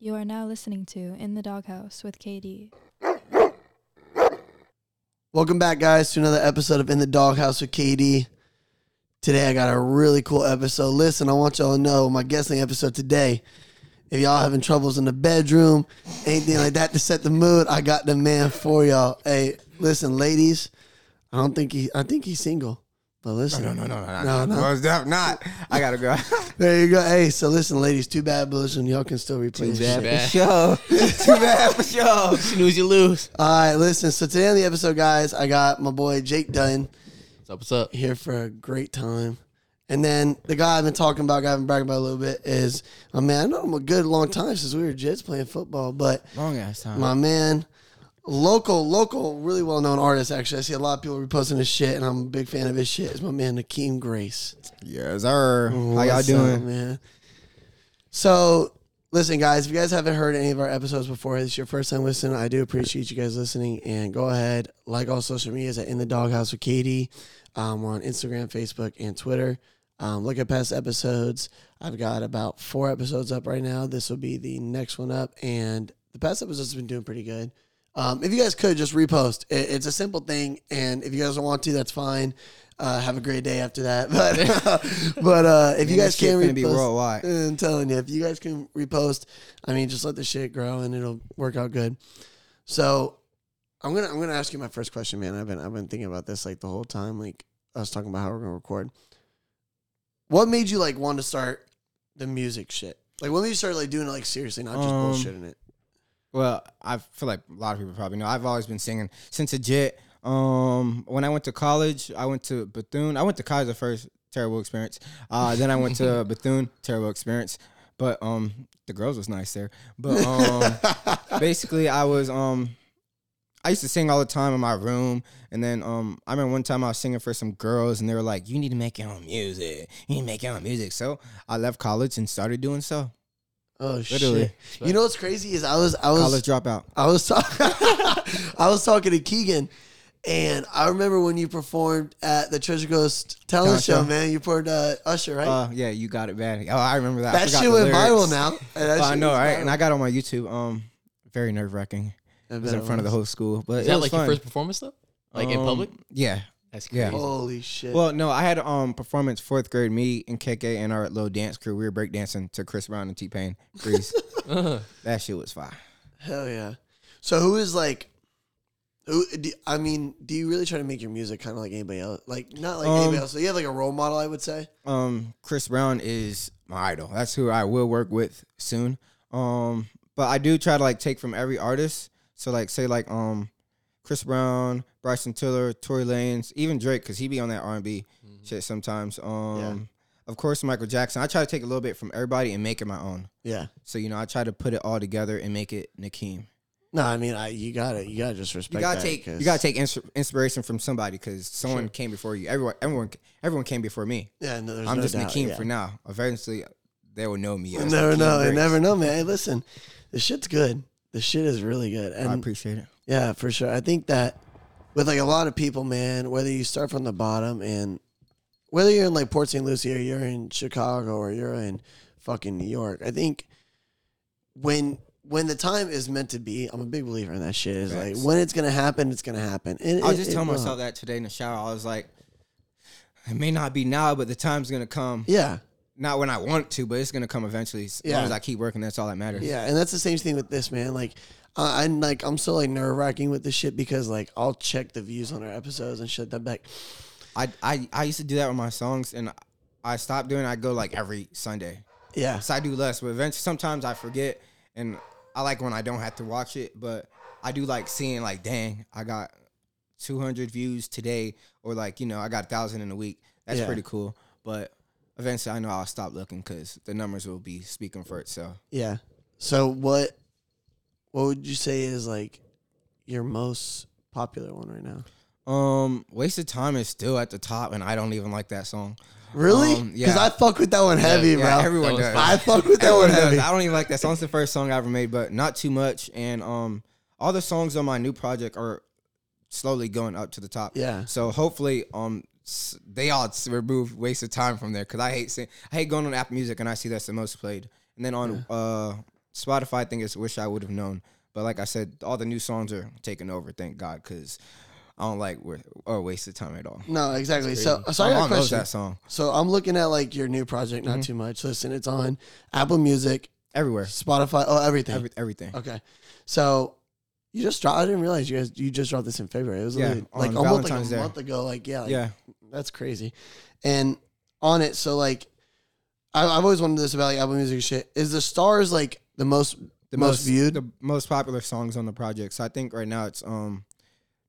You are now listening to In the Doghouse with Katie. Welcome back, guys, to another episode of In the Doghouse with KD. Today, I got a really cool episode. Listen, I want y'all to know my guessing episode today. If y'all having troubles in the bedroom, anything like that to set the mood, I got the man for y'all. Hey, listen, ladies, I don't think he, I think he's single, but listen, No, no, no, no, No, no, no. no. Most def- not. I gotta go. there you go. Hey, so listen, ladies, too bad, but listen, y'all can still replay. this shit. for sure. Too bad for sure. Snooze, you lose. All right, listen. So today on the episode, guys, I got my boy Jake Dunn. What's up? What's up? here for a great time. And then the guy I've been talking about, guy I've been bragging about a little bit is my man. I know him a good long time since we were Jets playing football, but Long ass time. my man, local, local, really well known artist. Actually, I see a lot of people reposting his shit, and I'm a big fan of his shit. Is my man Nakeem Grace. Yes, sir. How y'all What's up, doing? man? So, listen, guys, if you guys haven't heard any of our episodes before, it's your first time listening. I do appreciate you guys listening, and go ahead like all social medias at In the Doghouse with Katie. Um, we're on Instagram, Facebook, and Twitter. Um, look at past episodes. I've got about four episodes up right now. This will be the next one up, and the past episodes have been doing pretty good. Um, if you guys could just repost, it, it's a simple thing, and if you guys don't want to, that's fine. Uh, have a great day after that. But but uh, if you Man, guys this shit can finna repost, be worldwide. I'm telling you, if you guys can repost, I mean, just let the shit grow and it'll work out good. So I'm gonna I'm gonna ask you my first question, man. I've been I've been thinking about this like the whole time. Like I was talking about how we're gonna record. What made you like want to start the music shit? Like when did you start like doing it like seriously, not just Um, bullshitting it? Well, I feel like a lot of people probably know. I've always been singing since a jet. Um, when I went to college, I went to Bethune. I went to Kaiser first. Terrible experience. Uh, then I went to Bethune. Terrible experience. But um, the girls was nice there. But um, basically I was um I used to sing all the time in my room and then um I remember one time I was singing for some girls and they were like, You need to make your own music. You need to make your own music. So I left college and started doing so. Oh Literally. shit! You know what's crazy is I was I was College dropout. I was talking I was talking to Keegan and I remember when you performed at the Treasure Ghost talent Talent show, show. man. You performed uh, Usher, right? Uh yeah, you got it bad. Oh, I remember that. I that forgot shit the went viral lyrics. now. And that Oh, I shit know, was right? viral. And I got on my YouTube. Um very nerve I wracking. It bet was in it front of the was. whole school. But Is it that was like fun. your first performance though? Like in Um, public? Yeah. That's yeah. crazy. Holy shit! Well, no, I had um performance fourth grade. Me and KK and our little dance crew, we were breakdancing to Chris Brown and T Pain. Freeze, Uh, that shit was fire. hell yeah. So who is like? Who, do, I mean, do you really try to make your music kind of like anybody else? Like not like Um, anybody else. So you have like a role model, I would say. Um, Chris Brown is my idol. That's who I will work with soon. Um, but I do try to like take from every artist. So like say like um, Chris Brown, Bryson Tiller, Tory Lanez, even Drake, cause he be on that R and B Mm-hmm. shit sometimes. Um, of course Michael Jackson. I try to take a little bit from everybody and make it my own. Yeah. So you know I try to put it all together and make it Nakeem. No, I mean, I you gotta you gotta just respect. you gotta that take 'cause- you gotta take ins- inspiration from somebody because someone came before you. Everyone everyone everyone came before me. Yeah, no, there's I'm no just doubt, Nakeem yeah. for now. Eventually, they will know me. You as never Nakeem know. You Grace. never know, man. Hey, listen, the shit's good. The shit is really good. I And appreciate it. yeah, for sure. I think that with like a lot of people, man, whether you start from the bottom and whether you're in like Port St. Lucie or you're in Chicago or you're in fucking New York, I think when when the time is meant to be, I'm a big believer in that shit. Is like Facts. when it's gonna happen, it's gonna happen. And I was it- just it telling will. myself that today in the shower. I was like, it may not be now, but the time's gonna come. Yeah. Not when I want to, but it's gonna come eventually. As Yeah. long as I keep working, that's all that matters. Yeah, and that's the same thing with this man. Like, I, I'm like I'm still like nerve wracking with this shit because like I'll check the views on our episodes and shit. That back. I, I I used to do that with my songs, and I stopped doing. it. I go like every Sunday. Yeah, So I do less, but eventually sometimes I forget, and I like when I don't have to watch it. But I do like seeing like, dang, I got 200 views today, or like you know, I got a thousand in a week. That's Yeah. pretty cool. But eventually, I know I'll stop looking because the numbers will be speaking for itself. yeah. So what? What would you say is like your most popular one right now? Um, wasted time is still at the top, and I don't even like that song. Really? Um, Because yeah. I fuck with that one heavy, yeah, bro. everyone does. That was fun. I fuck with that one Everyone does. heavy. I don't even like that song. It's the first song I ever made, but not too much. And um, all the songs on my new project are slowly going up to the top. Yeah. So hopefully, um, s- they all s- remove waste of time from there because I hate sing- I hate going on Apple Music and I see that's the most played. And then on uh, Spotify thing is wish I would have known. But like I said, all the new songs are taking over. Thank God, because I don't like wa- or wasted time at all. No, exactly. So, Uh, so I My got a mom loves question. that song So I'm looking at like your new project, Mm-hmm. not too much. Listen, it's on Apple Music, everywhere, Spotify, oh everything. every, everything. okay, so you just dropped. I didn't realize you guys you just dropped this in February. It was Yeah, literally, like on almost like a Valentine's Day. month ago. Like yeah, like, yeah, that's crazy. And on it, so like I, I've always wondered this about like Apple Music shit. Is the stars like the most the most viewed? the most popular songs on the project. So I think right now it's um,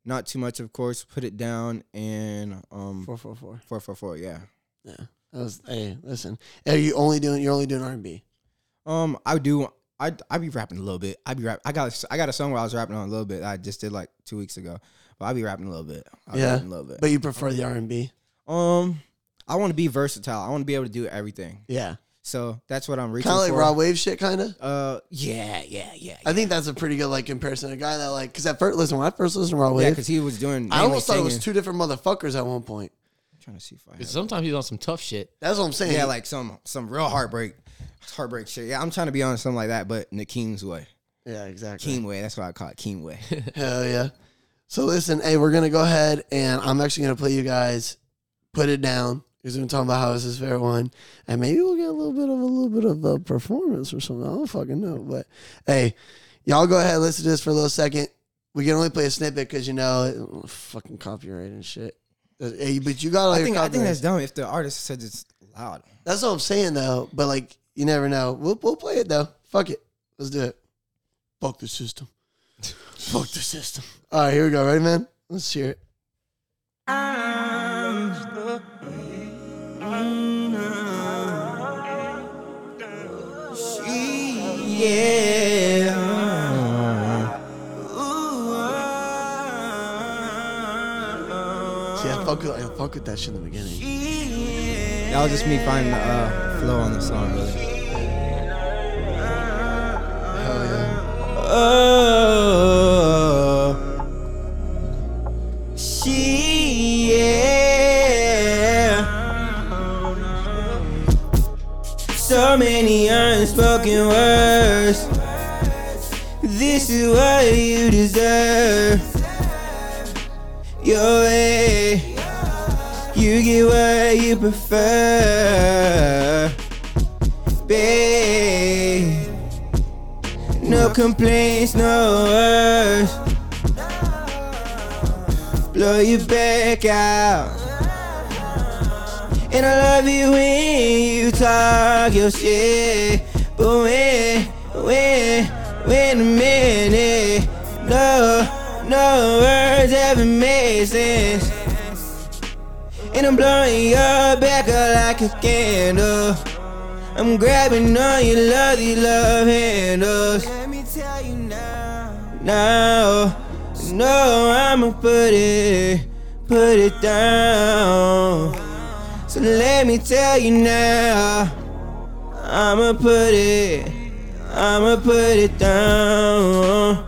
not too much, of course. Put it down and um, four four four? four four four. Yeah. Yeah, that was. Hey, listen, are you only doing you're only doing R and B? Um, I do. I I be rapping a little bit. I be rap. I got I got a song where I was rapping on a little bit. that I just did like two weeks ago, but I be rapping a little bit. I be Yeah. rapping a little bit. But you prefer the R and B? um, I want to be versatile. I want to be able to do everything. Yeah, So that's what I'm reaching kind of like for. raw wave shit, kind of. Uh, yeah, yeah, yeah. I think that's a pretty good like comparison. A guy that like because at first listen when I first listened to Raw yeah, Wave, because he was doing. I almost thought it mainly was singing. two different motherfuckers at one point. I'm trying to see if I. 'Cause Have Sometimes he's on some tough shit. That's what I'm saying. yeah, like some some real heartbreak, heartbreak shit. Yeah, I'm trying to be on something like that, but in the Keem's way, yeah, exactly. Keem way. That's why I call it Keem way. Hell yeah. So listen, hey, we're gonna go ahead and I'm actually gonna play you guys. Put it down. Because we're talking about how it's his favorite one, and maybe we'll get a little bit of a little bit of a performance or something. I don't fucking know, but hey, y'all go ahead and listen to this for a little second. We can only play a snippet because you know fucking copyright and shit. Uh, Hey, but you got all I your think I think copyrights. that's dumb if the artist says it's loud. That's what I'm saying though. But like, you never know. We'll we'll play it though. Fuck it. Let's do it. Fuck the system. Fuck the system. All right, here we go. Ready, man? Let's hear it. See, I fuck with, I fuck with that shit in the beginning. That was just me finding the uh, flow on the song, really. Hell yeah. Oh, she, yeah. So many unspoken words. This is what you deserve. Your way, you get what you prefer. Babe. No complaints, no words. Blow you back out. And I love you when you talk your shit. But when, when, wait a minute. No, no words ever made sense. And I'm blowing your back out like a candle. I'm grabbing on your love, your love handles. Let me tell you now. Now, no, I'ma put it, put it down. So let me tell you now. I'ma put it, I'ma put it down.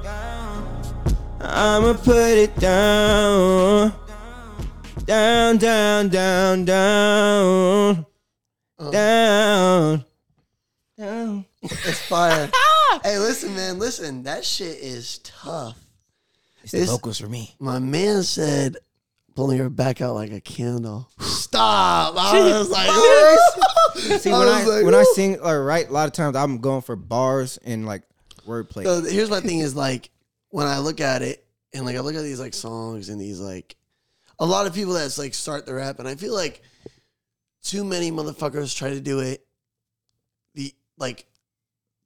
I'ma put it down. Down, down, down, down Uh-huh. down, down. It's fire. Ah! hey, listen, man, listen. That shit is tough. It's, It's- vocals for me. My man said, blowing your back out like a candle. Stop. I was like, See, I when I, was like, when I "Ooh." sing or write, a lot of times I'm going for bars and like wordplay. So here's my thing is like when I look at it and like I look at these like songs and these like a lot of people that's like start the rap and I feel like too many motherfuckers try to do it the like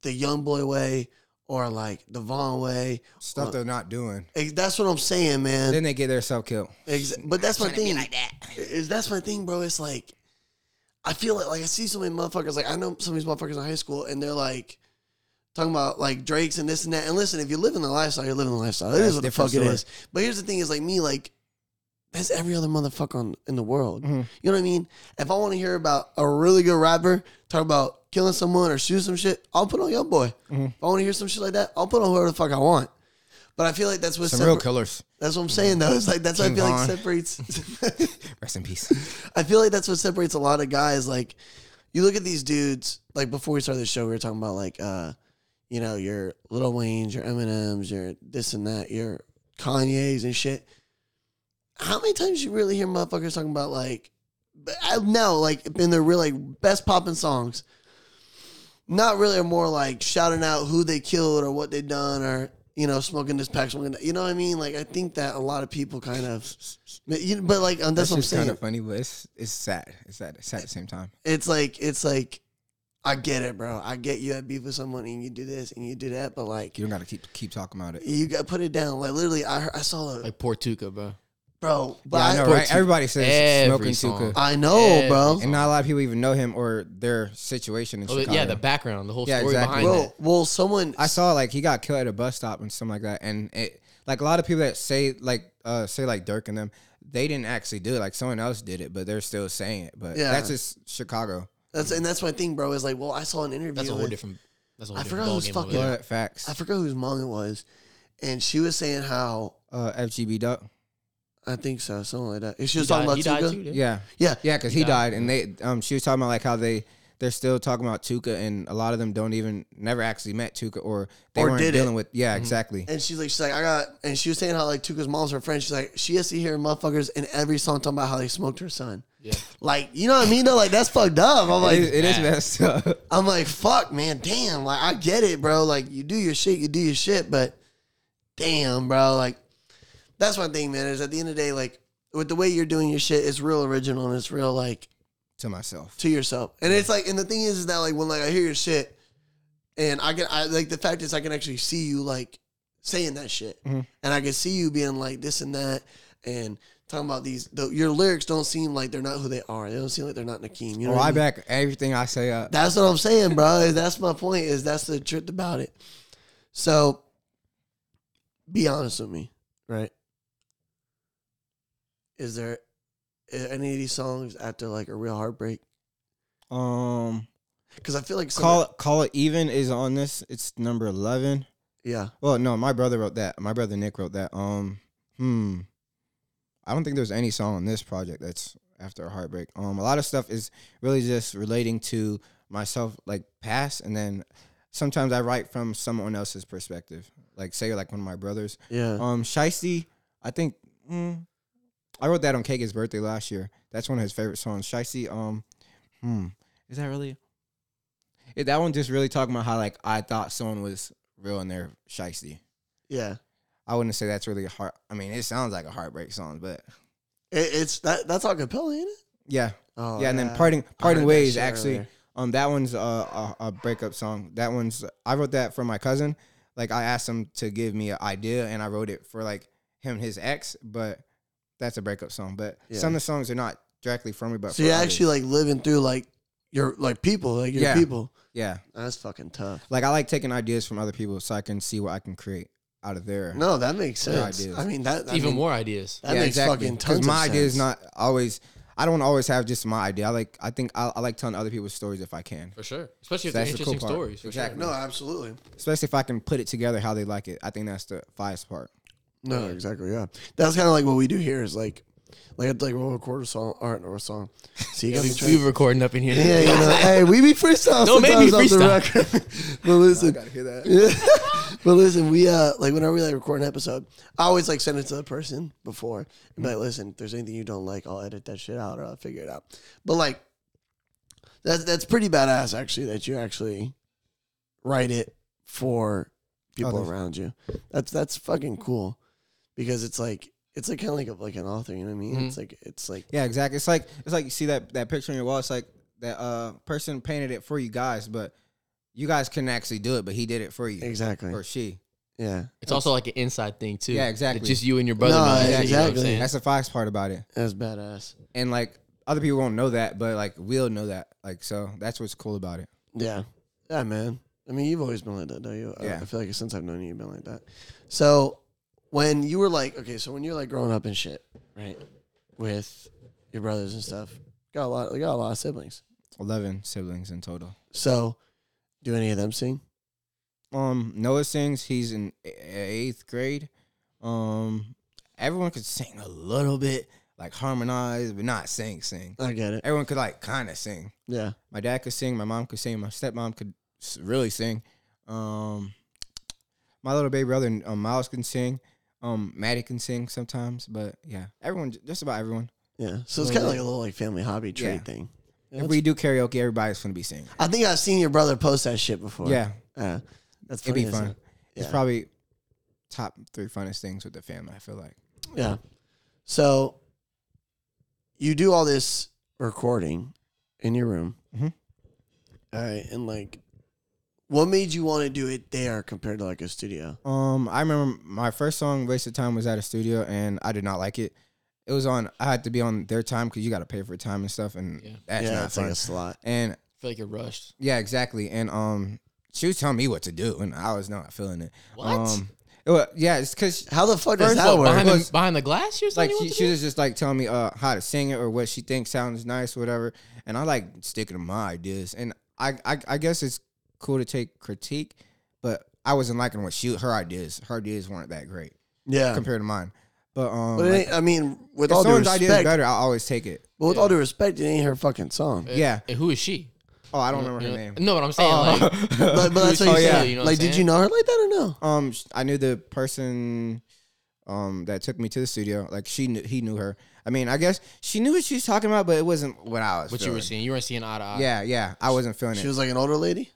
the young boy way or like the Vaughn way. Stuff they're not doing. Eh, That's what I'm saying, man. Then they get themselves killed. Ex- but that's my thing. Is that's my thing, bro. It's like I feel like like I see so many motherfuckers. Like I know some of these motherfuckers in high school, and they're like talking about like Drake's and this and that. And listen, if you live in the lifestyle, you're living the lifestyle. It Yeah, is it's what the different fuck it story. is. But here's the thing: is like me, like that's every other motherfucker on, in the world. Mhm. You know what I mean? If I want to hear about a really good rapper talk about killing someone or shoot some shit, I'll put on Young Boy. Mhm. If I want to hear some shit like that, I'll put on whoever the fuck I want. But I feel like that's what Some real separ- killers. that's what I'm saying though. It's like that's what I King feel like Von. separates. Rest in peace. I feel like that's what separates a lot of guys. Like, you look at these dudes. Like before we started the show, we were talking about like, uh, you know, your Little Wayne's, your Eminem's, your this and that, your Kanye's and shit. How many times you really hear motherfuckers talking about like, but I know like in their real like best popping songs, not really are more like shouting out who they killed or what they done or you know smoking this pack, smoking that. You know what I mean? Like I think that a lot of people kind of, you know, but like um, that's, what I'm just saying. kind of funny, but it's it's sad. It's sad. It's sad at the same time. It's like it's like I get it, bro. I get you had beef with someone and you do this and you do that, but like You don't got to keep keep talking about it. you got to put it down. Like literally, I heard, I saw a Like Portuca, bro. bro, but Yeah, I I, know, right? Everybody says Every smoking Tuka, song. I know, Yeah, bro. and not a lot of people even know him or their situation in Oh, Chicago. yeah, the background, the whole Yeah, story exactly. behind Bro, well, someone I saw like he got killed at a bus stop and something like that, and it like a lot of people that say like uh say like Dirk and them, they didn't actually do it. Like someone else did it, but they're still saying it. But Yeah. that's just Chicago. that's and that's my thing, bro. Is like, well, I saw an interview. that. That's a whole with- different. That's a whole I different forgot who's ballgame fucking- over Yeah. there. But facts. I forgot whose mom it was, and she was saying how Uh, FGB Duck. I think so, something like that. And she He was talking died- he died about too, Tuga. dude. Yeah, Yeah, yeah, because He he died. died, and they um she was talking about like how they. They're still talking about Tuca, and a lot of them don't even never actually met Tuca, or they Or weren't did it. dealing with. Yeah, exactly. And she's like, she's like, I got, and she was saying how like Tuka's mom's her friend. She's like, she has to hear motherfuckers in every song talking about how they smoked her son. Yeah. Like, you know what I mean? Though, like that's fucked up. I'm It like, is- it is that. messed up. I'm like, fuck, man, damn. Like, I get it, bro. Like, you do your shit, you do your shit, but damn, bro. Like, that's my thing, man. Is at the end of the day, like, with the way you're doing your shit, it's real original and it's real, like, to myself. to yourself. And it's like, and the thing is, is that like when like I hear your shit, and I can, I like the fact is I can actually see you like saying that shit, Mhm. and I can see you being like this and that, and talking about these. The, your lyrics don't seem like they're not who they are. They don't seem like they're not Nakeem. You know, Well, what Oh, I mean? back everything I say up. That's what I'm saying, bro. Is That's my point. Is that's the trick about it. So, be honest with me, right? Is there are any of these songs after like a real heartbreak? Um, Because I feel like some- Call it, call it even is on this. It's number eleven. yeah. Well, no, my brother wrote that. My brother Nick wrote that. Um, hmm. I don't think there's any song on this project that's after a heartbreak. Um, a lot of stuff is really just relating to myself, like past, and then sometimes I write from someone else's perspective. Like say, like one of my brothers. Yeah. Um, Shiesty, I think. Mm, I wrote that on Kagan's birthday last year. That's one of his favorite songs. Shiesty, um, hmm, is that really? Yeah, that one just really talking about how like I thought someone was real in their shiesty. Yeah. I wouldn't say that's really a heart. I mean, it sounds like a heartbreak song, but It, it's that that's all acapella, ain't it? yeah, Oh, yeah. And then parting, parting heard that ways shit actually. earlier. Um, that one's a, a a breakup song. That one's I wrote that for my cousin. Like I asked him to give me an idea, and I wrote it for like him and his ex. But that's a breakup song. But Yeah. some of the songs are not directly from me, but So for you're others. actually like living through like your like people, like your Yeah. people. yeah. That's fucking tough. Like I like taking ideas from other people so I can see what I can create out of there. No, that makes Good sense. ideas. I mean that I Even mean, more ideas. That makes fucking tons. Because of my idea is sense. not always. I don't always have just my idea. I like. I think I, I like telling other people's stories if I can, For sure. Especially if So they're that's the cool interesting part. stories. For Exactly. No, absolutely. especially if I can put it together how they like it. I think that's the finest part. No, exactly. Yeah, that's kind of like what we do here. Is like, like it's like we'll record a song, art or a song. So you got sure. me We, we trying. were recording up in here. Yeah, you know, hey, we be freestyle Don't make sometimes me off the freestyle. record. but listen, hear that. Yeah. but listen, we uh like whenever we like record an episode, I always like send it to the person before. And be like, listen, if there's anything you don't like, I'll edit that shit out or I'll figure it out. But like that's that's pretty badass actually that you actually write it for people Others. around you. That's that's fucking cool. Because it's like it's like kinda like a, like an author, you know what I mean? Mhm. It's like it's like Yeah, exactly. It's like it's like you see that that picture on your wall. It's like that uh person painted it for you guys, but you guys couldn't actually do it, but he did it for you exactly. or she. Yeah. It's also like an inside thing too. Yeah, that exactly. Just you and your brother. No, knows, Uh, you know what I'm exactly. saying? That's the finest part about it. That's badass. And like other people won't know that, but like we'll know that. Like so, that's what's cool about it. Yeah. Yeah, man. I mean, you've always been like that, don't you? I- Yeah. I feel like since I've known you, you've been like that. So when you were like, okay, so when you're like growing up and shit, right, with your brothers and stuff, got a lot, got a lot of siblings. Eleven siblings in total. So do any of them sing? Um, Noah sings. He's in e- eighth grade. Um, everyone could sing a little bit, like harmonize, but not sing, sing. I get it. Everyone could like kind of sing. Yeah. My dad could sing. My mom could sing. My stepmom could s- really sing. Um, my little baby brother um, Miles can sing. Um, Maddie can sing sometimes, but yeah, everyone, just about everyone. Yeah. So it's kind of like a little like family hobby trade Oh, Yeah. thing. If we do karaoke, everybody's gonna be singing. I think I've seen your brother post that shit before. Yeah, Yeah. That's it'd funny. be isn't fun. it? It's Yeah. probably top three funnest things with the family. I feel like. Yeah. So you do all this recording in your room. Mhm. All right. And like, what made you want to do it there compared to like a studio? Um, I remember my first song, "Waste of Time," was at a studio, and I did not like it. It was on. I had to be on their time because you got to pay for time and stuff, and Yeah. that's yeah. not It's fun. like a slot. and feel like you're rushed. Yeah, exactly. And um, she was telling me what to do, and I was not feeling it. What? Um, it wa- yeah, it's because How the fuck does First that What, work? behind, Was- the, behind the glass, you're like saying you she, want to she do? was just like telling me uh how to sing it or what she thinks sounds nice, whatever. And I like sticking to my ideas, and I I, I guess it's cool to take critique, but I wasn't liking what she her ideas her ideas weren't that great Yeah. compared to mine. But um, But it like, ain't- I mean, with if all due someone's idea is respect, better, I'll always take it. but with Yeah. all due respect, it ain't her fucking song. Uh, yeah. And who is she? Oh, I don't remember her You know- name. Oh. No, but I'm saying like But, but that's what Oh, you yeah. said. You know what like, I'm did you saying? know her like that or no? Um, sh- I knew the person, um, that took me to the studio. Like she, knew, he knew her. I mean, I guess she knew what she was talking about, but it wasn't what I was. what you were feeling. seeing. You weren't seeing eye to eye. Yeah, yeah, I wasn't feeling She it. was like an older lady.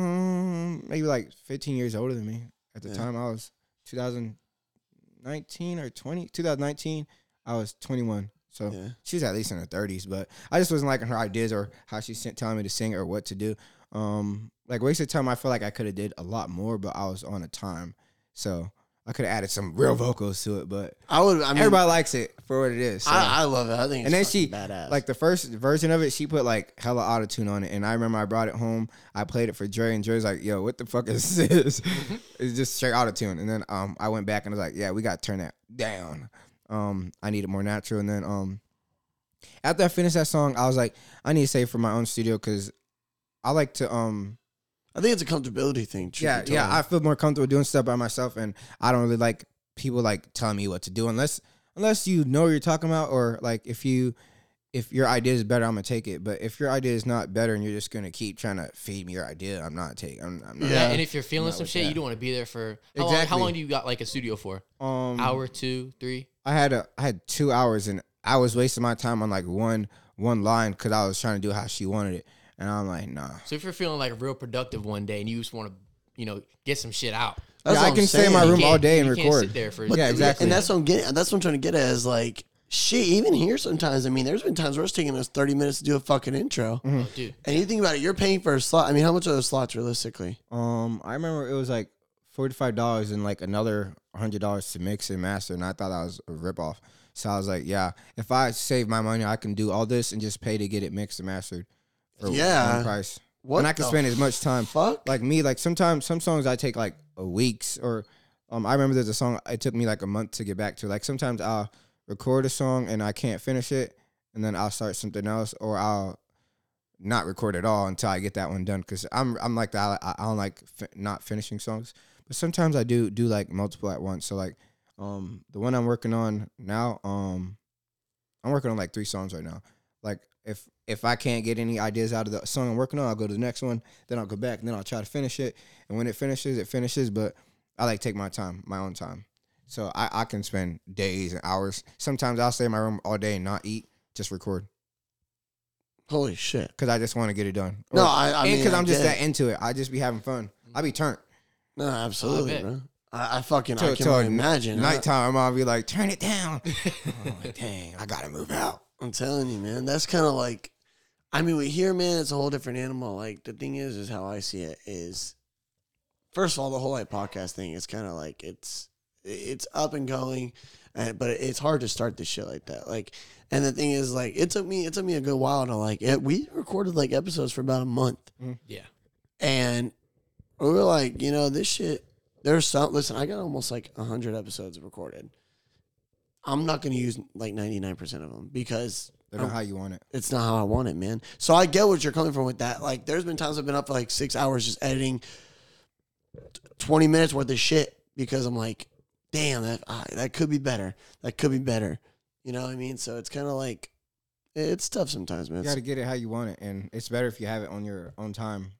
Um, maybe like 15 years older than me at the Yeah. time. I was 2019 or 20, 2019. I was 21. So Yeah. she was at least in her 30s, but I just wasn't liking her ideas or how she sent telling me to sing or what to do. Um, like wasted time. I feel like I could have did a lot more, but I was on a time, so I could have added some real vocals to it. But I would. I mean, everybody likes it for what it is. so. I, I love it. I think. It's and then she badass. like the first version of it, she put like hella auto tune on it, and I remember I brought it home. I played it for Dre, and Dre's like, "Yo, what the fuck is this?" it's just straight auto tune. And then um, I went back and was like, "Yeah, we got to turn that down." Um, I need it more natural. And then um, after I finished that song, I was like, "I need to save for my own studio because I like to um." I think it's a comfortability thing. truth yeah, be yeah. told. I feel more comfortable doing stuff by myself, and I don't really like people like telling me what to do unless unless you know what you're talking about, or like if you if your idea is better, I'm gonna take it. But if your idea is not better, and you're just gonna keep trying to feed me your idea, I'm not taking. I'm, I'm not. Yeah. Yeah, and if you're feeling Not some with shit, that. you don't want to be there for how long? How Exactly. long do you got like a studio for? Um, Hour, two, three. I had a I had two hours, and I was wasting my time on like one one line because I was trying to do how she wanted it, and I'm like, nah. So if you're feeling like real productive one day and you just want to, you know, get some shit out, That's yeah, what I I'm can stay in my saying. you room all can't- day and you record. can't sit there for. But- Yeah, exactly. And that's what I'm getting. That's what I'm trying to get at is like shit. Even here, sometimes I mean, there's been times where it's taking us 30 minutes to do a fucking intro. Mm-hmm. Oh, dude. And you think about it, you're paying for a slot. I mean, how much are those slots realistically? Um, I remember it was like forty five dollars and like another hundred dollars to mix and master, and I thought that was a rip off. So I was like, yeah, if I save my money, I can do all this and just pay to get it mixed and mastered for Yeah. one price. What and I can the spend as much time. Fuck. Like me, like sometimes some songs I take like a weeks or um I remember there's a song it took me like a month to get back to. Like sometimes I'll record a song and I can't finish it and then I'll start something else or I'll not record at all until I get that one done cuz I'm I'm like that I, I don't like fi- not finishing songs. But sometimes I do do like multiple at once. So like um the one I'm working on now um I'm working on like three songs right now. Like if if I can't get any ideas out of the song I'm working on, I'll go to the next one, then I'll go back, and then I'll try to finish it. And when it finishes, it finishes. But I like take my time, my own time. So I, I can spend days and hours. Sometimes I'll stay in my room all day and not eat, just record Holy shit. because I just want to get it done. No, Or- I, I and mean, because I'm just get it. that into it, I just be having fun. I be turned No, absolutely, I bet. bro. I, I fucking I Till- can till only imagine. I- nighttime. I'll be like, turn it down. I'm like, Dang, I gotta move out. I'm telling you, man. That's kind of like, I mean, we hear, man, it's a whole different animal. Like, the thing is, is how I see it is, first of all, the whole like podcast thing is kind of like it's it's up and going, and, but it's hard to start this shit like that. Like, and the thing is, like, it took me it took me a good while to like. It, we recorded like episodes for about a month, Yeah. and we were like, you know, this shit. There's some. Listen, I got almost like hundred episodes recorded. I'm not gonna use like 99% of them because Don't know how you want it. it's not how I want it, man. So I get what you're coming from with that. Like, there's been times I've been up for like six hours just editing t- 20 minutes worth of shit because I'm like, damn, that ah, that could be better. That could be better. You know what I mean? So it's kind of like, it- it's tough sometimes, man. You It's- gotta get it how you want it, and it's better if you have it on your own time.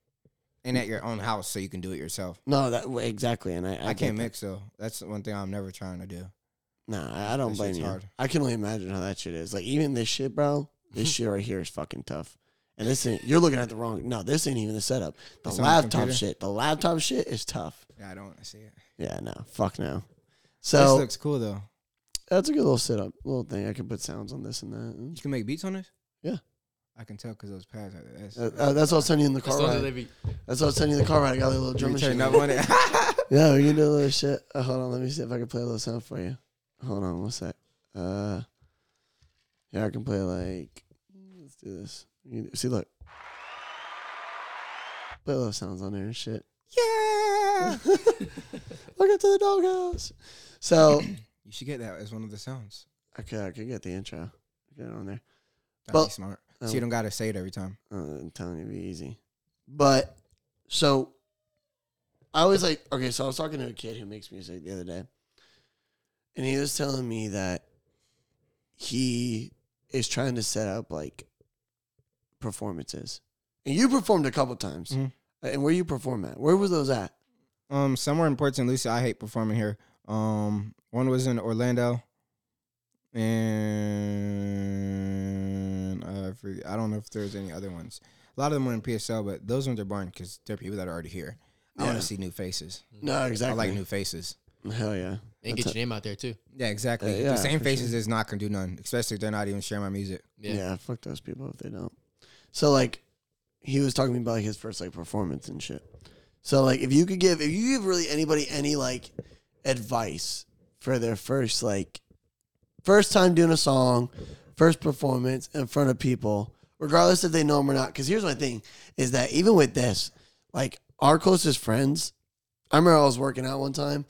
and at your own house, so you can do it yourself. No, that exactly, and I, I, I, can't get mix though. That's the one thing I'm never trying to do. that. Nah, I- I don't That blame shit's you. hard. I can only imagine how that shit is. Like even this shit, bro. This shit right here is fucking tough. And this ain't you're looking at the wrong. No, this ain't even the setup. The It's on the laptop computer. shit. The laptop shit is tough. Yeah, I don't want to see it. Yeah, no, fuck no. this So looks cool though. that's a good little setup, little thing. I can put sounds on this and that. You can make beats on this. Yeah. I can tell because those pads are that's, Uh, uh, that's what I'll send you in the That's car the only ride. living. That's what I'll send you in the car ride. I got a little You drum machine. turn up on it. Yeah, we can do a little shit. Uh, hold on, let me see if I can play a little sound for you. Hold on, what's that? Uh, yeah, I can play like. Let's do this. You can- see, look. Play a little sounds on there and shit. yeah. Look up to the doghouse. So You should get that as one of the sounds. okay, I could get the intro. Get it on there. That'd Well, be smart. um, so you don't gotta say it every time. Uh, I'm telling you, it'd be easy. But so I was like, okay, so I was talking to a kid who makes music the other day, and he was telling me that he is trying to set up like performances. And you performed a couple times. Mhm. And where you perform at? Where were those at? Um, somewhere in Port St. Lucie, I hate performing here. Um, one was in Orlando, and I forget, I don't know if there's any other ones. A lot of them were in PSL, but those ones are boring because they're people that are already here. I want Yeah. to see new faces. No, exactly. I like new faces. Hell yeah. And That's get your name out there too. Yeah, exactly. Uh, yeah, the same for faces is not gonna do none, especially if they're not even sharing my music. Yeah. Yeah. fuck those people if they don't. So like, he was talking to me about like, his first like performance and shit. So like, if you could give if you give really anybody any like advice for their first like first time doing a song, first performance in front of people, regardless if they know him or not. Because here's my thing: is that even with this, like our closest friends, I remember I was working out one time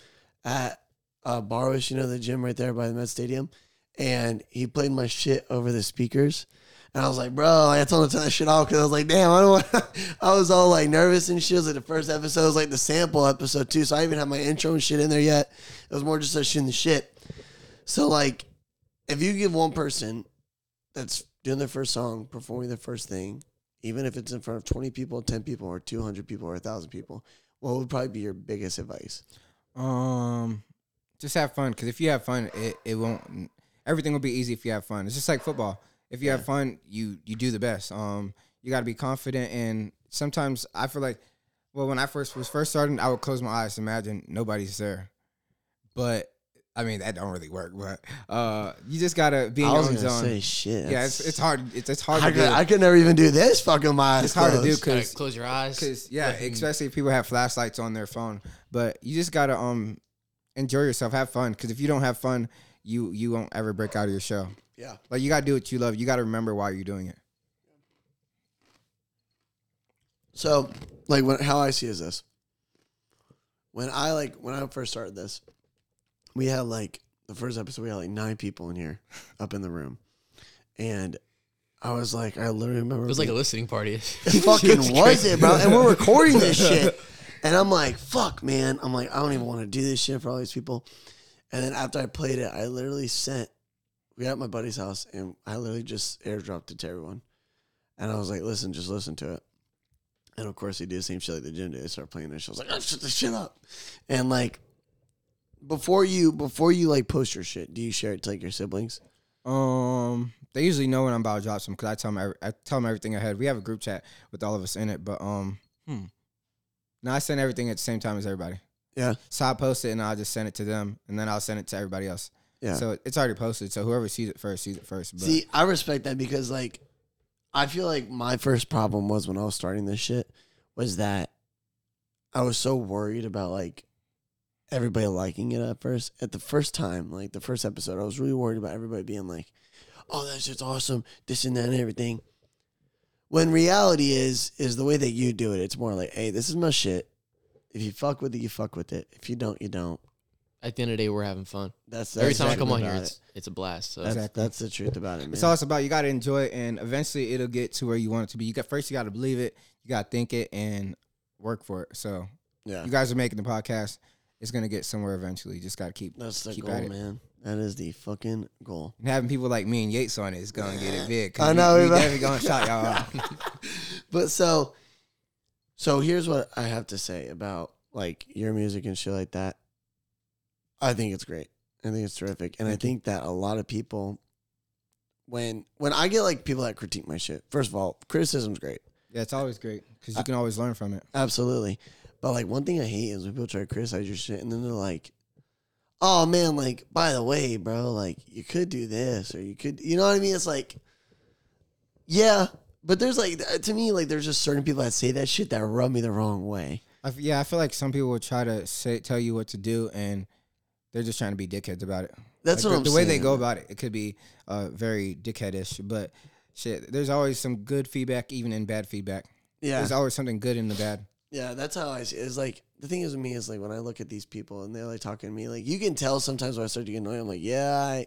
at uh, Barwish, you know, the gym right there by the Met Stadium, and he played my shit over the speakers. And I was like, bro, like, I told him to turn that shit off because I was like, damn, I don't want. I was all like nervous and shit. It was like the first episode, it was like the sample episode too. So I even had my intro and shit in there yet. It was more just us shooting the shit. So like, if you give one person that's doing their first song, performing their first thing, even if it's in front of twenty people, ten people, or two hundred people, or thousand people, what would probably be your biggest advice? Um, just have fun because if you have fun, it, it won't. Everything will be easy if you have fun. It's just like football. If you have fun, you you do the best. Um, you got to be confident, and sometimes I feel like, well, when I first was first starting, I would close my eyes, to imagine nobody's there, but I mean that don't really work. But uh, you just gotta be in I your was own gonna zone. say shit. yeah, it's, it's hard. It's it's hard I to could, do. I could never even do this fucking my eyes it's hard to do closed. Gotta because close your eyes. Cause yeah, Fucking- especially if people have flashlights on their phone. But you just gotta um enjoy yourself, have fun. Cause if you don't have fun, you you won't ever break out of your shell. Yeah. Like you gotta do what you love. You gotta remember why you're doing it. So, like, when, how I see is this: when I like when I first started this, we had like the first episode, we had like nine people in here, up in the room, and I was like, I literally remember It was like a being- listening party. It fucking was it, bro. And we're recording this shit. And I'm like, fuck, man. I'm like, I don't even want to do this shit for all these people. And then after I played it, I literally sent, we got at my buddy's house and I literally just airdropped it to everyone. And I was like, listen, just listen to it. And of course, they do the same shit like the gym did. They start playing this. shit. I was like, oh, shut this shit up. And like, before you, before you like post your shit, do you share it to like your siblings? Um, they usually know when I'm about to drop some because I tell them every- I tell them everything ahead. We have a group chat with all of us in it, but um, hmm. no, I send everything at the same time as everybody. Yeah. So I post it and I'll just send it to them, and then I'll send it to everybody else. Yeah. So it's already posted. So whoever sees it first sees it first. But See, I respect that because like I feel like my first problem was when I was starting this shit was that I was so worried about like everybody liking it at first. At the first time, like the first episode, I was really worried about everybody being like, "Oh, that shit's awesome," this and that and everything. When reality is is the way that you do it, it's more like, "Hey, this is my shit. If you fuck with it, you fuck with it. If you don't, you don't." At the end of the day, we're having fun. That's, that's Every the time I truth come on about here, it. it's, it's a blast. So that's, that's the truth about it, man. It's all it's about. You got to enjoy it, and eventually it'll get to where you want it to be. You got first, you got to believe it. You got to think it and work for it. So yeah. you guys are making the podcast. It's gonna get somewhere eventually. You just got to keep. That's the Keep at goal, it. man. That is the fucking goal. And having people like me and Yates on it is gonna get it big. 'cause I we- know, We, we about- definitely gonna shout y'all out. But so, So here's what I have to say about like your music and shit like that. I think it's great. I think it's terrific, and I think that a lot of people, when when I get like people that critique my shit, first of all, criticism's great, Yeah, it's always great because you can always learn from it. absolutely. But like one thing I hate is when people try to criticize your shit, and then they're like, "Oh man, like by the way, bro, like you could do this or you could, you know what I mean?" It's like, yeah, but there's like to me like there's just certain people that say that shit that rub me the wrong way. I f yeah, I feel like some people will try to say tell you what to do, and they're just trying to be dickheads about it. That's what Like, the, I'm the way they saying. go about it. It could be uh, very dickheadish, but shit, there's always some good feedback, even in bad feedback. Yeah, There's always something good in the bad. yeah, that's how I see. It's like the thing is with me is like when I look at these people and they're like talking to me, like you can tell sometimes when I start to get annoyed. I'm like, yeah, I,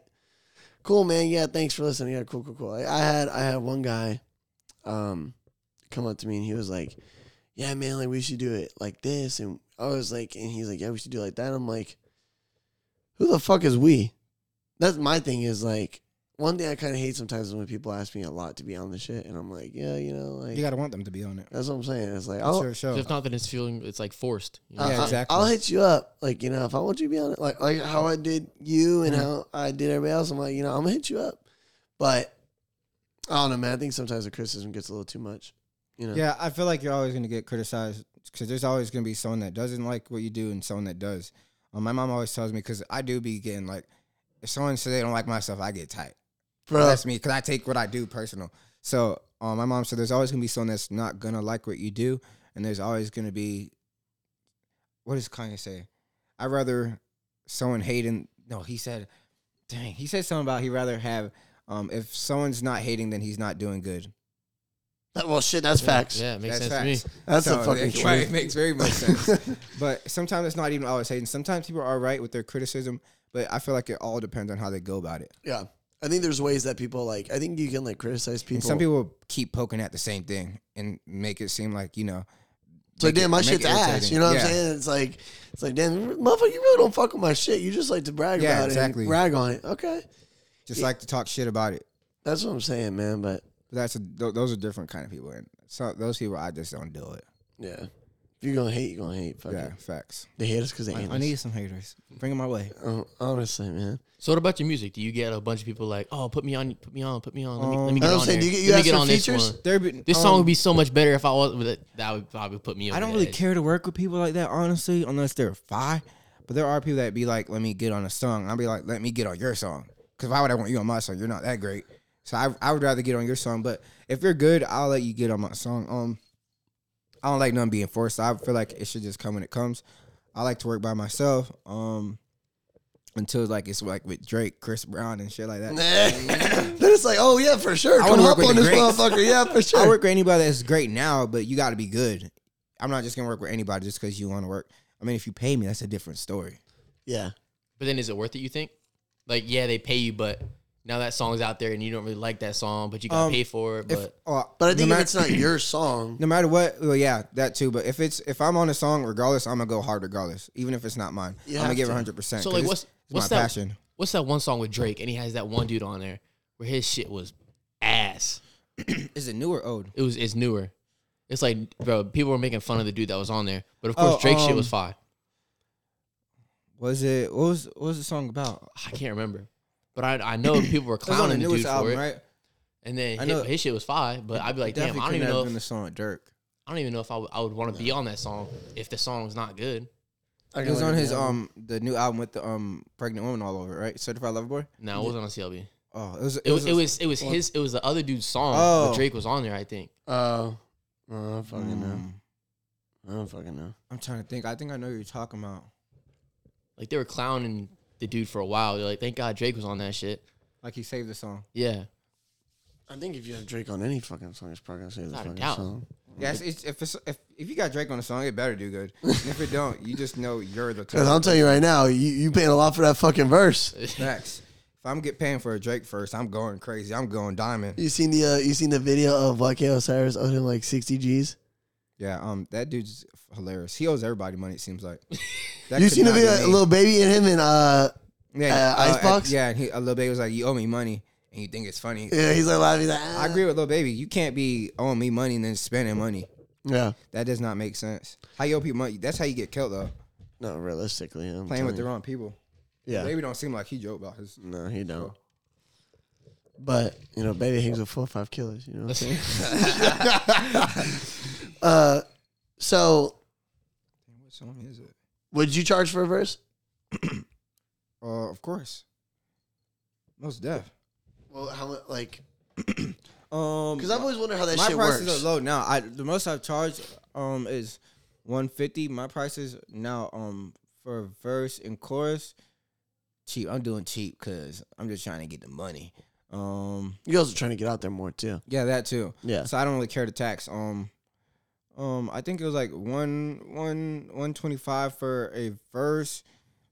cool, man. Yeah, thanks for listening. Yeah, cool, cool, cool. I, I had I had one guy, um, come up to me and he was like, yeah, man, like we should do it like this, and I was like, and he's like, yeah, we should do it like that. I'm like, who the fuck is we? That's my thing. Is like one thing I kind of hate sometimes is when people ask me a lot to be on the shit, and I'm like, yeah, you know, like You gotta want them to be on it. that's what I'm saying. It's like, It's I'll, your show. If not, then it's feeling it's like forced. you know? I- Yeah, I- exactly. I'll hit you up, like you know, if I want you to be on it, like like how I did you and Mhm. how I did everybody else. I'm like, you know, I'm gonna hit you up, but I don't know, man. I think sometimes the criticism gets a little too much. You know, Yeah, I feel like you're always going to get criticized because there's always going to be someone that doesn't like what you do and someone that does. Um, my mom always tells me because I do be getting like, if someone says they don't like my stuff, I get tight. bro. That's me because I take what I do personal. So um, my mom said there's always going to be someone that's not going to like what you do, and there's always going to be. What does Kanye say? I'd rather someone hating. No, he said, dang, he said something about he'd rather have. Um, if someone's not hating, then he's not doing good. That- well, shit, that's facts. Yeah, it makes That's sense to me. facts. That's the So, fucking it- right, It truth. makes very much sense. but sometimes it's not even always hating. Sometimes people are right with their criticism, but I feel like it all depends on how they go about it. yeah, I think there's ways that people like. I think you can like criticize people. And some people keep poking at the same thing and make it seem like you know. It's like, make it- damn, my make it shit's ass. irritating. You know what Yeah. I'm saying? It's like, it's like, damn, motherfucker, you really don't fuck with my shit. You just like to brag Yeah, about it, exactly. and rag on it. Okay, Just like to talk shit about it. that's what I'm saying, man. But But that's a, th- those are different kind of people, and so those people I just don't do it. Yeah. If you're gonna hate, you're gonna hate. Fuck Yeah, it. facts. They hate us because they I, hate I us. need some haters. Bring them my way. Um, honestly, man. So what about your music? Do you get a bunch of people like, oh, put me on, put me on, put me on, let me, let Um, me I get don't on say, there. do you get- you let me ask get for on this features? one. There be- This song um, would be so much better if I was. That would probably put me. Over I don't the really edge. care to work with people like that, honestly, unless they're fine. But there are people that be like, let me get on a song. I'll be like, let me get on your song. Because why would I want you on my song? You're not that great. So I, I would rather get on your song. But if you're good, I'll let you get on my song. Um, I don't like none being forced. I feel like it should just come when it comes. I like to work by myself. Um, until like it's like with Drake, Chris Brown, and shit like that. then it's like, oh yeah, for sure. I Come wanna up work with on the this greats. motherfucker. Yeah, for I sure. work with anybody that's great now, but you got to be good. I'm not just gonna work with anybody just because you want to work. I mean, if you pay me, that's a different story. yeah. But then, is it worth it? You think? Like, yeah, they pay you, but now that song's out there, and you don't really like that song, but you got to Um, pay for it. But If, uh, But I think no if matter, it's not your song, no matter what, well, yeah, that too. But if it's if I'm on a song, regardless, I'm gonna go hard regardless, even if it's not mine. You I'm gonna have give to. 100. percent so, like, what's it's what's my that? passion? What's that one song with Drake, and he has that one dude on there where his shit was ass. Is it new or old? It was it's newer. It's like, bro, people were making fun of the dude that was on there, but of course Oh, Drake's shit um, was fire. Was it what was what was the song about? I can't remember, but I I know people were It was on the clowning the, newest dude album, for it, right? and then I his, know- his shit was fire. But I'd be like, damn, Definitely I don't couldn't even have know. been If, the song with Dirk. I don't even know if I would, I would want to be on that song if the song was not good. I It can was look on at his the album. um the new album with the um pregnant woman all over, it, right? Certified Lover Boy. No, it wasn't on CLB. Oh, it was It was it a- was it was his it was the other dude's song. Oh. But Drake was on there, I think. Oh, oh, I don't fucking know. Mm. I don't fucking know. I'm trying to think. I think I know who you're talking about. Like they were clowning the dude for a while. They're like, thank God Drake was on that shit. Like he saved the song. Yeah, I think if you have Drake on any fucking song, it's probably gonna say the Without a fucking doubt. song. Yes, it's, if, it's, if if you got Drake on a song, it better do good. And if it don't, you just know you're the Because I'm top. telling you right now, you you paying a lot for that fucking verse. Facts. If I'm get paying for a Drake first, I'm going crazy. I'm going diamond. You seen the uh, you seen the video of YK Osiris owed him like sixty G's. Yeah, um, that dude's hilarious. He owes everybody money. It seems like. That You could seen the not be video, me. little baby and him and uh yeah, uh, Icebox? yeah, and he, a little baby was like, "You owe me money," and you think it's funny. yeah, he's like laughing. He's like, I agree with little baby. You can't be owing me money and then spending money. ah. Yeah. That does not make sense. How you owe people money? That's how you get killed though. No, realistically, I'm Playing with the telling wrong people. you. Yeah. Baby don't seem like he joke about his. No, he don't. But you know, baby hangs with four or five killers. You know what I'm saying? uh, so What song is it? would you charge for a verse? Uh, of course. Most deaf. Well, how much? Like, Um, because I've always wondered how that my shit prices works. are low now. I the most I've charged um is one fifty. My prices now um for verse and chorus cheap. I'm doing cheap because I'm just trying to get the money. Um, You guys are trying to get out there more too. yeah, that too. Yeah. So I don't really care to tax. Um, um, I think it was like one one one twenty five for a verse,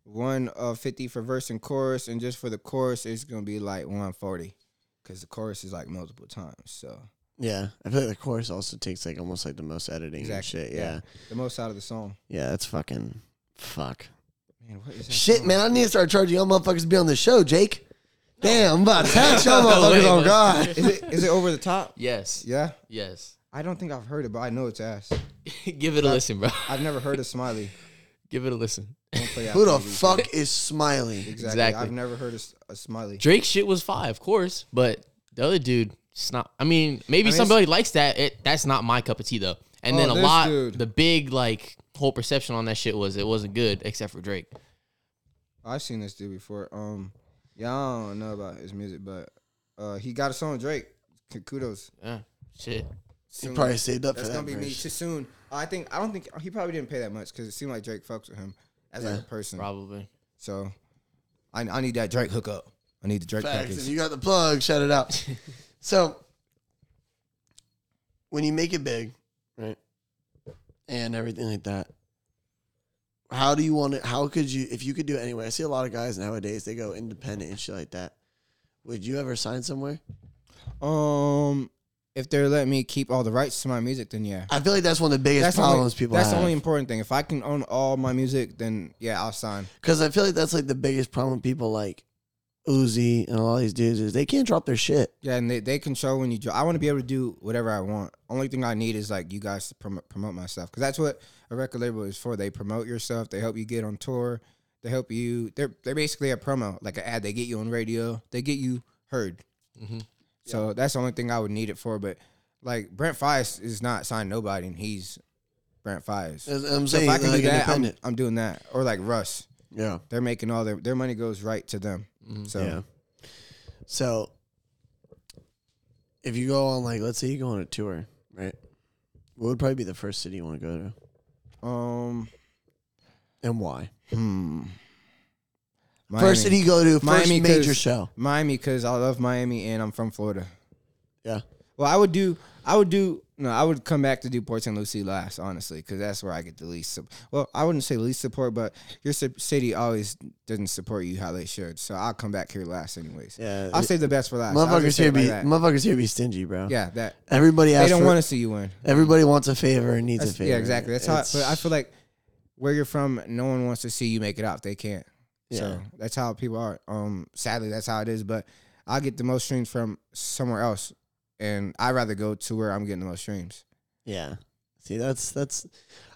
one uh fifty for verse and chorus, and just for the chorus it's gonna be like one forty, because the chorus is like multiple times. So Yeah, I feel like the chorus also takes like almost like the most editing and Exactly, shit. Yeah, yeah. the most out of the song. yeah, that's fucking fuck. Man, what is that Shit, song? man, I need to start charging y'all motherfuckers to be on the show, Jake. Damn, I'm about to tax y'all No, motherfuckers. wait, oh what? God, Is it is it over the top? yes. Yeah, Yes. I don't think I've heard it, but I know it's ass. Give it a listen, bro. I've never heard of Smiley. Give it a listen. Don't play who the after me. fuck is Smiley? Exactly. Exactly. I've never heard of s- a Smiley. Drake shit was five, of course, but the other dude, it's not. I mean, maybe I mean, somebody likes that. It that's not my cup of tea though. And Oh, then a this lot, dude. the big like whole perception on that shit was it wasn't good except for Drake. I've seen this dude before. Um, y'all don't know about his music, but uh, he got a song with Drake. K- Kudos. Yeah, Uh, shit. He Soon. probably saved up That's for that. gonna be me verse. too soon. I think I don't think he probably didn't pay that much because it seemed like Drake fucks with him as like a person. Probably. So I, I need that Drake hookup. I need the Drake Facts. If package. you got the plug, shout it out. so when you make it big, right, and everything like that, how do you want it? How could you, if you could do it anyway? I see a lot of guys nowadays they go independent and shit like that. Would you ever sign somewhere? Um, if they're letting me keep all the rights to my music, then yeah. I feel like that's one of the biggest the only- problems people That's the only have. important thing. If I can own all my music, then yeah, I'll sign. Because I feel like that's like the biggest problem people like Uzi and all these dudes is they can't drop their shit. Yeah, and they, they control when you draw. I want to be able to do whatever I want. Only thing I need is like you guys to promote promote myself because that's what a record label is for. They promote yourself. They help you get on tour. They help you. They're they're basically a promo, like an ad. They get you on radio. They get you heard. Mm-hmm. Mhm. So that's the only thing I would need it for. But like Brent Fias is not signed nobody, and he's Brent Fias. That's what I'm So saying if I can like do that, I'm, independent. I'm doing that. Or like Russ, yeah. they're making all their their money goes right to them. So Mm-hmm. Yeah. So if you go on like let's say you go on a tour, right? What would probably be the first city you want to go to? um, And why? hmm. First city you go to, first Miami, major 'cause- show. Miami because I love Miami and I'm from Florida. Yeah. Well, I would do, I would do, no, I would come back to do Port St. Lucie last, honestly, because that's where I get the least. sup- Well, I wouldn't say least support, but your ci- city always doesn't support you how they should. So I'll come back here last, anyways. Yeah. I'll save the best for last. I'll motherfuckers just say here it like be that. motherfuckers here be stingy, bro. yeah, that Everybody they asks don't for, want to see you win. everybody wants a favor and needs a That's- favor. yeah, exactly. That's how. I, It's- but I feel like where you're from, no one wants to see you make it out. if They can't. Yeah. So that's how people are. Um, sadly, that's how it is. But I get the most streams from somewhere else, and I'd rather go to where I'm getting the most streams. Yeah. See, that's that's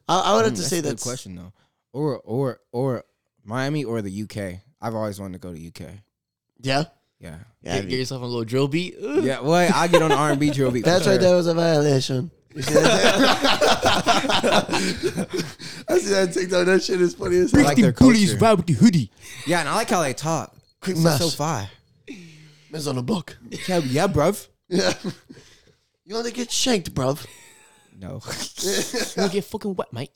I, I would have Hmm, to say a good that's question though, or or or Miami or the UK. I've always wanted to go to UK. Yeah. Yeah. Yeah. get, get yourself a little drill beat. Ooh. Yeah. Well, I get on R and B drill beat. for That's right. sure. That was a violation. You see that? I see that TikTok. That shit is funny as I hell. like their culture. ride with the hoodie. Yeah, and I like how they talk. Quick It's mass. So far. Man's on a block. Yeah, yeah, bruv. Yeah. You want to get shanked, bruv? No. You gonna get fucking wet, mate.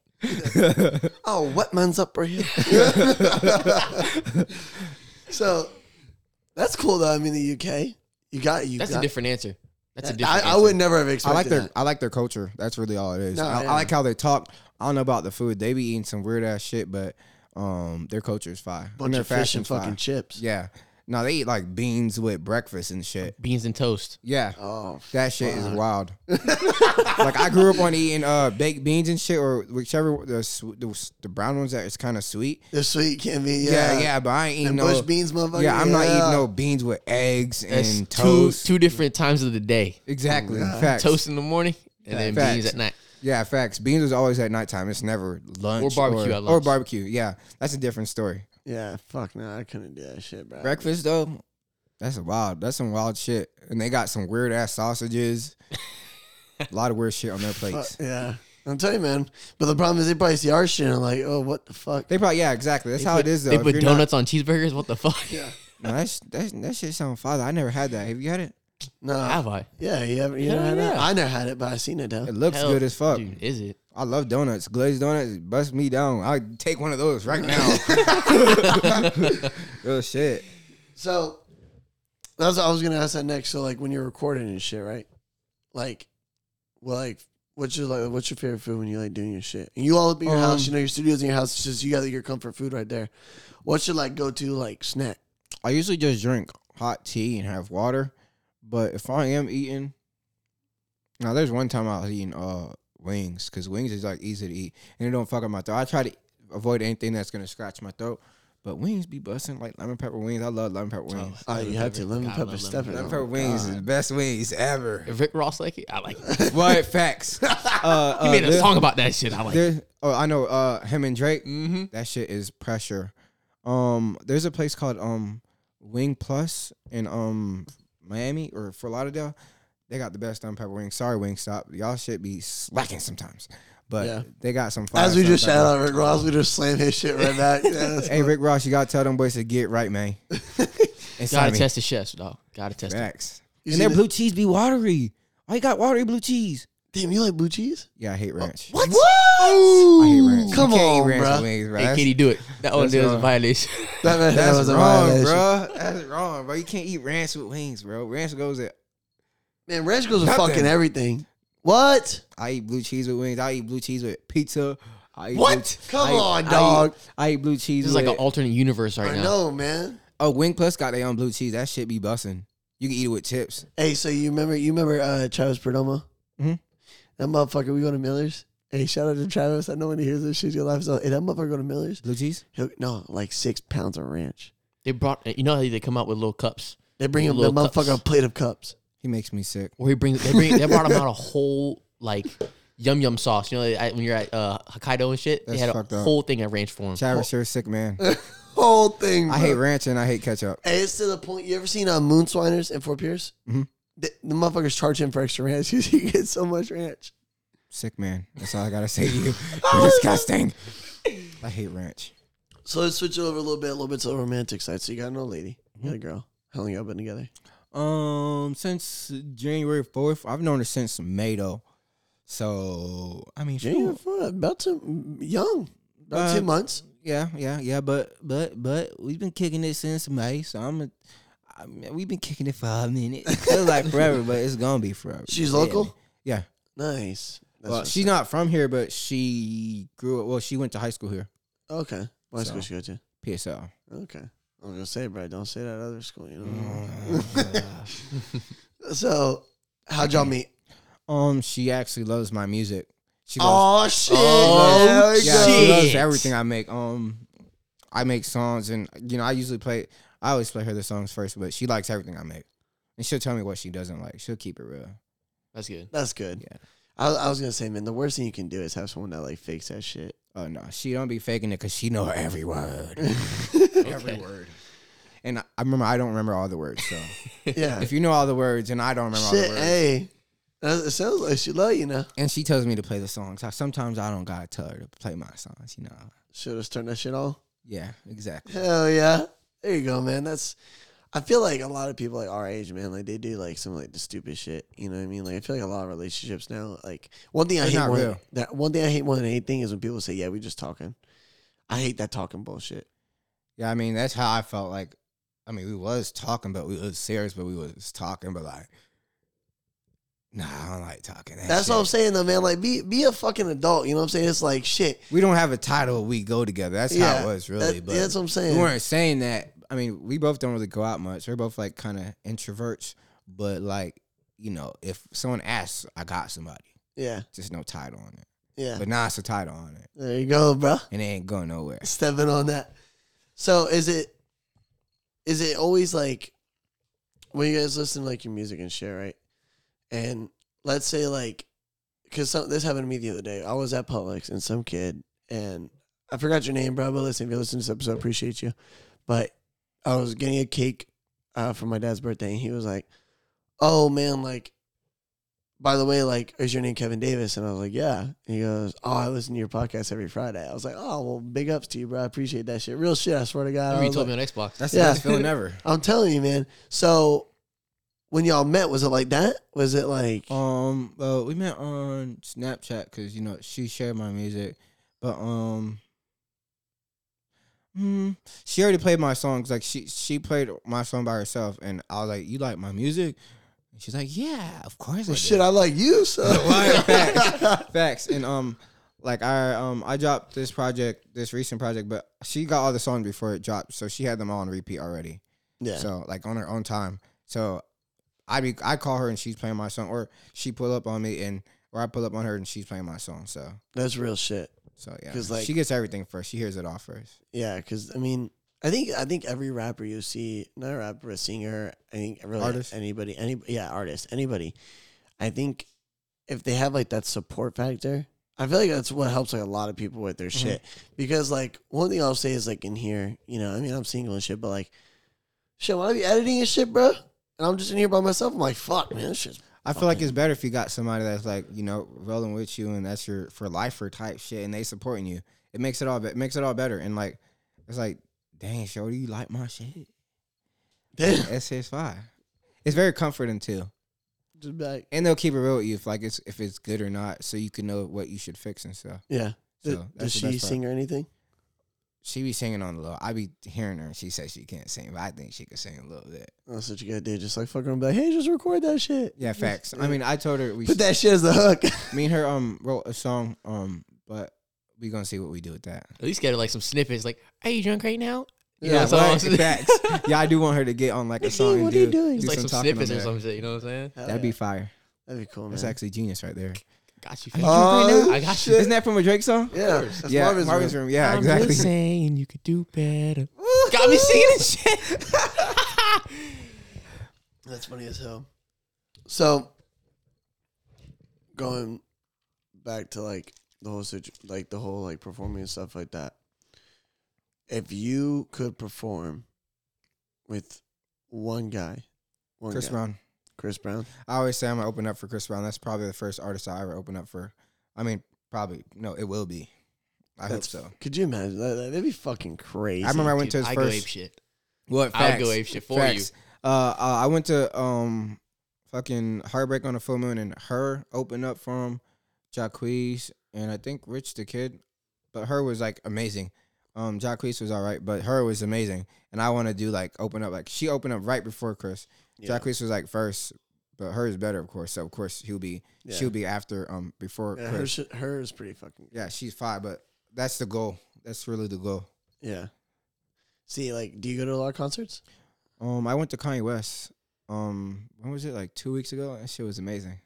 Oh, what man's up right here? so that's cool though. I mean, the UK, you got you. That's got, a different answer. That's a I, different. I answer. would never have I expected. like their that. I like their culture. That's really all it is. No, I, yeah. I like how they talk. I don't know about the food. They be eating some weird ass shit, but um, their culture is fire. bunch their of fish and fashion's fire. fucking chips. Yeah. No, they eat like beans with breakfast and shit. beans and toast. Yeah. Oh, That shit is wild. like I grew up on eating uh baked beans and shit, or whichever the sw- the, s- the brown ones that is kind of sweet. the sweet can be. Yeah, Yeah, yeah, but I ain't eating And no bush beans, motherfucker. Yeah, I'm not Yeah. eating no beans with eggs That's and two toast. two different times of the day. Oh, exactly, facts. Toast in the morning and then Facts. beans at night. Yeah, facts. Beans is always at nighttime. It's never lunch barbecue or, at Or lunch. barbecue. Yeah, that's a different story. Yeah, fuck no, I couldn't do that shit, bro. Breakfast though, that's a wild. That's some wild shit. And they got some weird ass sausages. a lot of weird shit on their Fuck, plates. yeah, I'm telling you, man. But the problem is they probably see our shit and are like, oh, what the fuck? They probably yeah, exactly. That's They how put- it is though. They If put you're not- donuts on cheeseburgers. What the fuck? Yeah. No, that's, that's, that shit sounds fire. I never had that. Have you had it? No. Uh, Have I? yeah, you haven't. You Hell never had that? yeah. I never had it, but I seen it though. It looks Hell, good as fuck. Dude, is it? I love donuts. Glazed donuts, bust me down. I take one of those right now. Real shit. So that's what I was gonna ask that next. So like when you're recording and shit, right? Like, well, like what's your like what's your favorite food when you like doing your shit? And you all up at your house, Um, you know, your studio's in your house. It's just you got your comfort food right there. What's your like go to like snack? I usually just drink hot tea and have water. But if I am eating, now there's one time I was eating uh wings because wings is like easy to eat and it don't fuck up my throat. I try to avoid anything that's gonna scratch my throat. But wings be busting like lemon pepper wings. I love lemon pepper wings. Oh, you have to lemon pepper stuff it. it. Lemon oh pepper my wings is the best wings ever. Rick Ross like it. I like it. what facts? Uh, uh, He made a there- song about that shit. I like. it. there- oh, I know. Uh, him and Drake. Mm-hmm. That shit is pressure. Um, there's a place called um Wing Plus in um Miami or Fort Lauderdale. They got the best on pepper wings. Sorry, Wingstop, y'all should be slacking sometimes. But Yeah. they got some. fire As we stumped just shout pepper. out Rick Ross, we just slam his shit right back. Yeah, that's Hey Rick Ross, you gotta tell them boys to get right, man. And Gotta sign me. test the chefs, dog. Gotta test. it. Facts. You and seen their it? blue cheese be watery. Why you got watery blue cheese? Damn, you like blue cheese? Yeah, I hate ranch. What? What? I hate ranch. You Come can't eat on, ranch with bro. wings, bro. Hey, That's- Katie, do it. That one that's there was a wrong. violation. That, man, That's that was a wrong, violation. bro. That's wrong, bro. You can't eat ranch with wings, bro. Ranch goes at. Man, ranch goes with Nothing. fucking everything. What? I eat blue cheese with wings. I eat blue cheese with pizza. I eat What? blue- Come I eat- on, I eat- dog. I eat, blue cheese. This is like an with- alternate universe right I now. know, man. oh Wing Plus got their own blue cheese. That shit be bussin'. You can eat it with chips. Hey, so you remember you remember uh, Travis Perdomo? Mhm. That motherfucker, we go to Miller's. Hey, shout out to Travis. I know when he hears this shit, he'll laugh. So, hey, that motherfucker go to Miller's. Blue cheese. He'll, no, like six pounds of ranch. They brought. You know how they come out with little cups, They bring him the Little motherfucker cups. a plate of cups. He makes me sick. or he brings. They bring. they brought him out a whole like yum yum sauce. You know, at- when you're at uh, Hokkaido and shit, they That's had fucked a up. whole thing at ranch for him. Travis, you're a sick man. Whole thing. I bro. hate ranch and I hate ketchup. Hey, it's to the point. You ever seen uh, Moonswiners in Fort Pierce? Mhm. The, the motherfuckers charge him for extra ranch because he gets so much ranch. Sick man. That's all I gotta say to you. You're disgusting. I hate ranch. So let's switch it over a little bit, a little bit to the romantic side. So you got no lady, you got a girl. How long y'all been together? Um, since January fourth, I've known her since May though. So I mean, she- Junior, four, about two, young, about Uh, two months. yeah, yeah, yeah. But but but we've been kicking it since May, so I'm. A, I mean, we've been kicking it for a minute. Feels like forever, but it's gonna be forever. She's Yeah. local? Yeah. Nice. That's Well, what's she's not from here, but she grew up. Well, she went to high school here, Okay. What So. school she go to? PSL. Okay. I was gonna say, bro, don't say that other school, you know. Mm. so how'd y'all meet? um, she actually loves my music. She loves Oh shit. Oh, there we yeah, go. she loves Shit. everything I make. Um, I make songs, and you know, I usually play. I always play her the songs first, but she likes everything I make, and she'll tell me what she doesn't like. She'll keep it real. That's good. That's good. Yeah. I, I was gonna say, man, the worst thing you can do is have someone that like fakes that shit. Oh no, she don't be faking it because she know every word, every Okay. word. And I I remember I don't remember all the words. So yeah. if you know all the words and I don't remember all shit, the words, hey. That- It sounds like she love you now. and she tells me to play the songs, I, sometimes I don't gotta tell her to play my songs. You know. Should have turned that shit off. Yeah, exactly. Hell yeah. There you go, man. That's I feel like a lot of people like our age, man, like they do like some like the stupid shit. You know what I mean? Like I feel like a lot of relationships now, like one thing I They're hate not more real. that one thing I hate more than anything is when people say, Yeah, we just talking. I hate that talking bullshit. Yeah, I mean that's how I felt. Like, I mean, we was talking, but we was serious, but we was talking, but like, nah, I don't like talking. That That's shit. what I'm saying though, man. Like be be a fucking adult. You know what I'm saying? It's like shit. We don't have a title. We go together. That's yeah, how it was really. that- but that's what I'm we saying. weren't saying that. I mean, we both don't really go out much. We're both like kind of introverts, but like, you know, if someone asks, I got somebody. Yeah, Just no title on it. yeah. But now it's a title on it, There you go, bro. and it ain't going nowhere. stepping on that. So is it is it always like when you guys listen to like your music and shit, right? And let's say like because this happened to me the other day. I was at Publix and some kid, and I forgot your name, bro. But listen, if you listen to this episode, I appreciate you. But I was getting a cake uh, for my dad's birthday, and he was like, "Oh man, like, by the way, like, is your name Kevin Davis?" And I was like, "Yeah." And he goes, "Oh, I listen to your podcast every Friday." I was like, "Oh, well, big ups to you, bro. I appreciate that shit. Real shit. I swear to God." I Remember you was told like- me on Xbox. That's Yeah. the best feeling ever. I'm telling you, man. So when y'all met, was it like that? Was it like Oh, Um, well, we met on Snapchat because you know she shared my music, but um, mm, she already played my songs. Like she she played my song by herself, and I was like, "You like my music?" And she's like, "Yeah, of course." I well, do." shit? I like you, so Right, facts. Facts. And um, like I um I dropped this project, this recent project, but she got all the songs before it dropped, so she had them all on repeat already. yeah. So like on her own time. So I be I call her and she's playing my song, or she pull up on me and or I pull up on her and she's playing my song. So That's real shit. so yeah, 'Cause, like- she gets everything first. She hears it all first. Yeah, because I mean, I think I think every rapper you see, not a rapper, a singer, I think really Artist. anybody, any yeah, artist, anybody. I think if they have like that support factor, I feel like that's what helps like a lot of people with their Mm-hmm. shit. Because like one thing I'll say is like in here, you know, I mean I'm single and shit, but like, shit, when I be editing and shit, bro, and I'm just in here by myself, I'm like, fuck, man, this shit's I feel like it's better if you got somebody that's like you know rolling with you and that's your for life or type shit and they supporting you. It makes it all be- makes it all better and like it's like dang, Shorty, you like my shit? damn. That's it's fine. It's very comforting too, Just be like, and they'll keep it real with you if like it's if it's good or not, so you can know what you should fix and stuff. yeah. So Th- Does that's the she best part. sing or anything? she be singing on the low. I be hearing her and she says she can't sing, but I think she could sing a little bit. Oh, That's what you gotta do. Just like fuck around, and be like, hey, just record that shit. Yeah, Just- facts. I mean, I told her we put that shit as the hook. me and her um wrote a song um, but we gonna see what we do with that. At least get her like some snippets. Like, are you drunk right now? You know, Yeah, that's all I'm right? saying. facts. Yeah, I do want her to get on like a Hey, song. what and are you do, doing? do Just like some, talking on snippets or there. some shit. You know what I'm saying? That'd be fire. that'd be cool, man. That's actually genius right there. Got you. Are you fam. drunk Oh, I got you. Isn't that from a Drake song? yeah, that's yeah, Marvin's, Marvin's room. room. Yeah, exactly. saying you could do better. Got me singing and shit. That's funny as hell. So, going back to like the whole situ- like the whole like performing and stuff like that. If you could perform with one guy, one Chris guy, Brown. Chris Brown, I always say I'm gonna open up for Chris Brown. That's probably the first artist I ever open up for. I mean, probably no, it will be. I That's- hope so. could you imagine? That, that'd be fucking crazy. I remember I went to Dude, his I go first. ape shit. What I facts? would go ape shit for Facts. Uh, uh, I went to um, fucking Heartbreak on a Full Moon and her opened up for him, Jacquees, and I think Rich the Kid, but her was like amazing. Um, Jacquees was all right, but her was amazing, and I want to do like open up. Like she opened up right before Chris. Yeah. Jacquees was like first, but hers better, of course. So of course he'll be Yeah. she'll be after um before Yeah, her, Chris. shit- her is pretty fucking yeah, she's five, but that's the goal. That's really the goal. Yeah. See, like, do you go to a lot of concerts? Um, I went to Kanye West. Um, when was it? Like two weeks ago. That shit was amazing.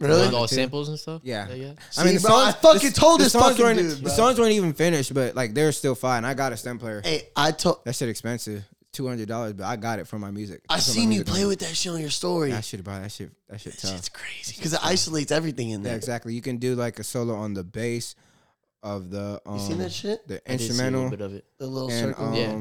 Really? Really? All Too. samples and stuff. Yeah. yeah. See, bro, I fucking told this songs fucking weren't, dude, the bro. songs weren't even finished, but like they're still fine. I got a stem player. Hey, I told. That shit expensive, two hundred dollars, but I got it for my music. I That's what my seen you music play on. with that shit on your story. Yeah, I should have brought that shit. That shit tough. It's crazy because it isolates everything in Yeah, there. exactly. You can do like a solo on the bass of the. Um, You seen that shit? The I did see a instrumental little bit of it. The little and circle. um, Yeah.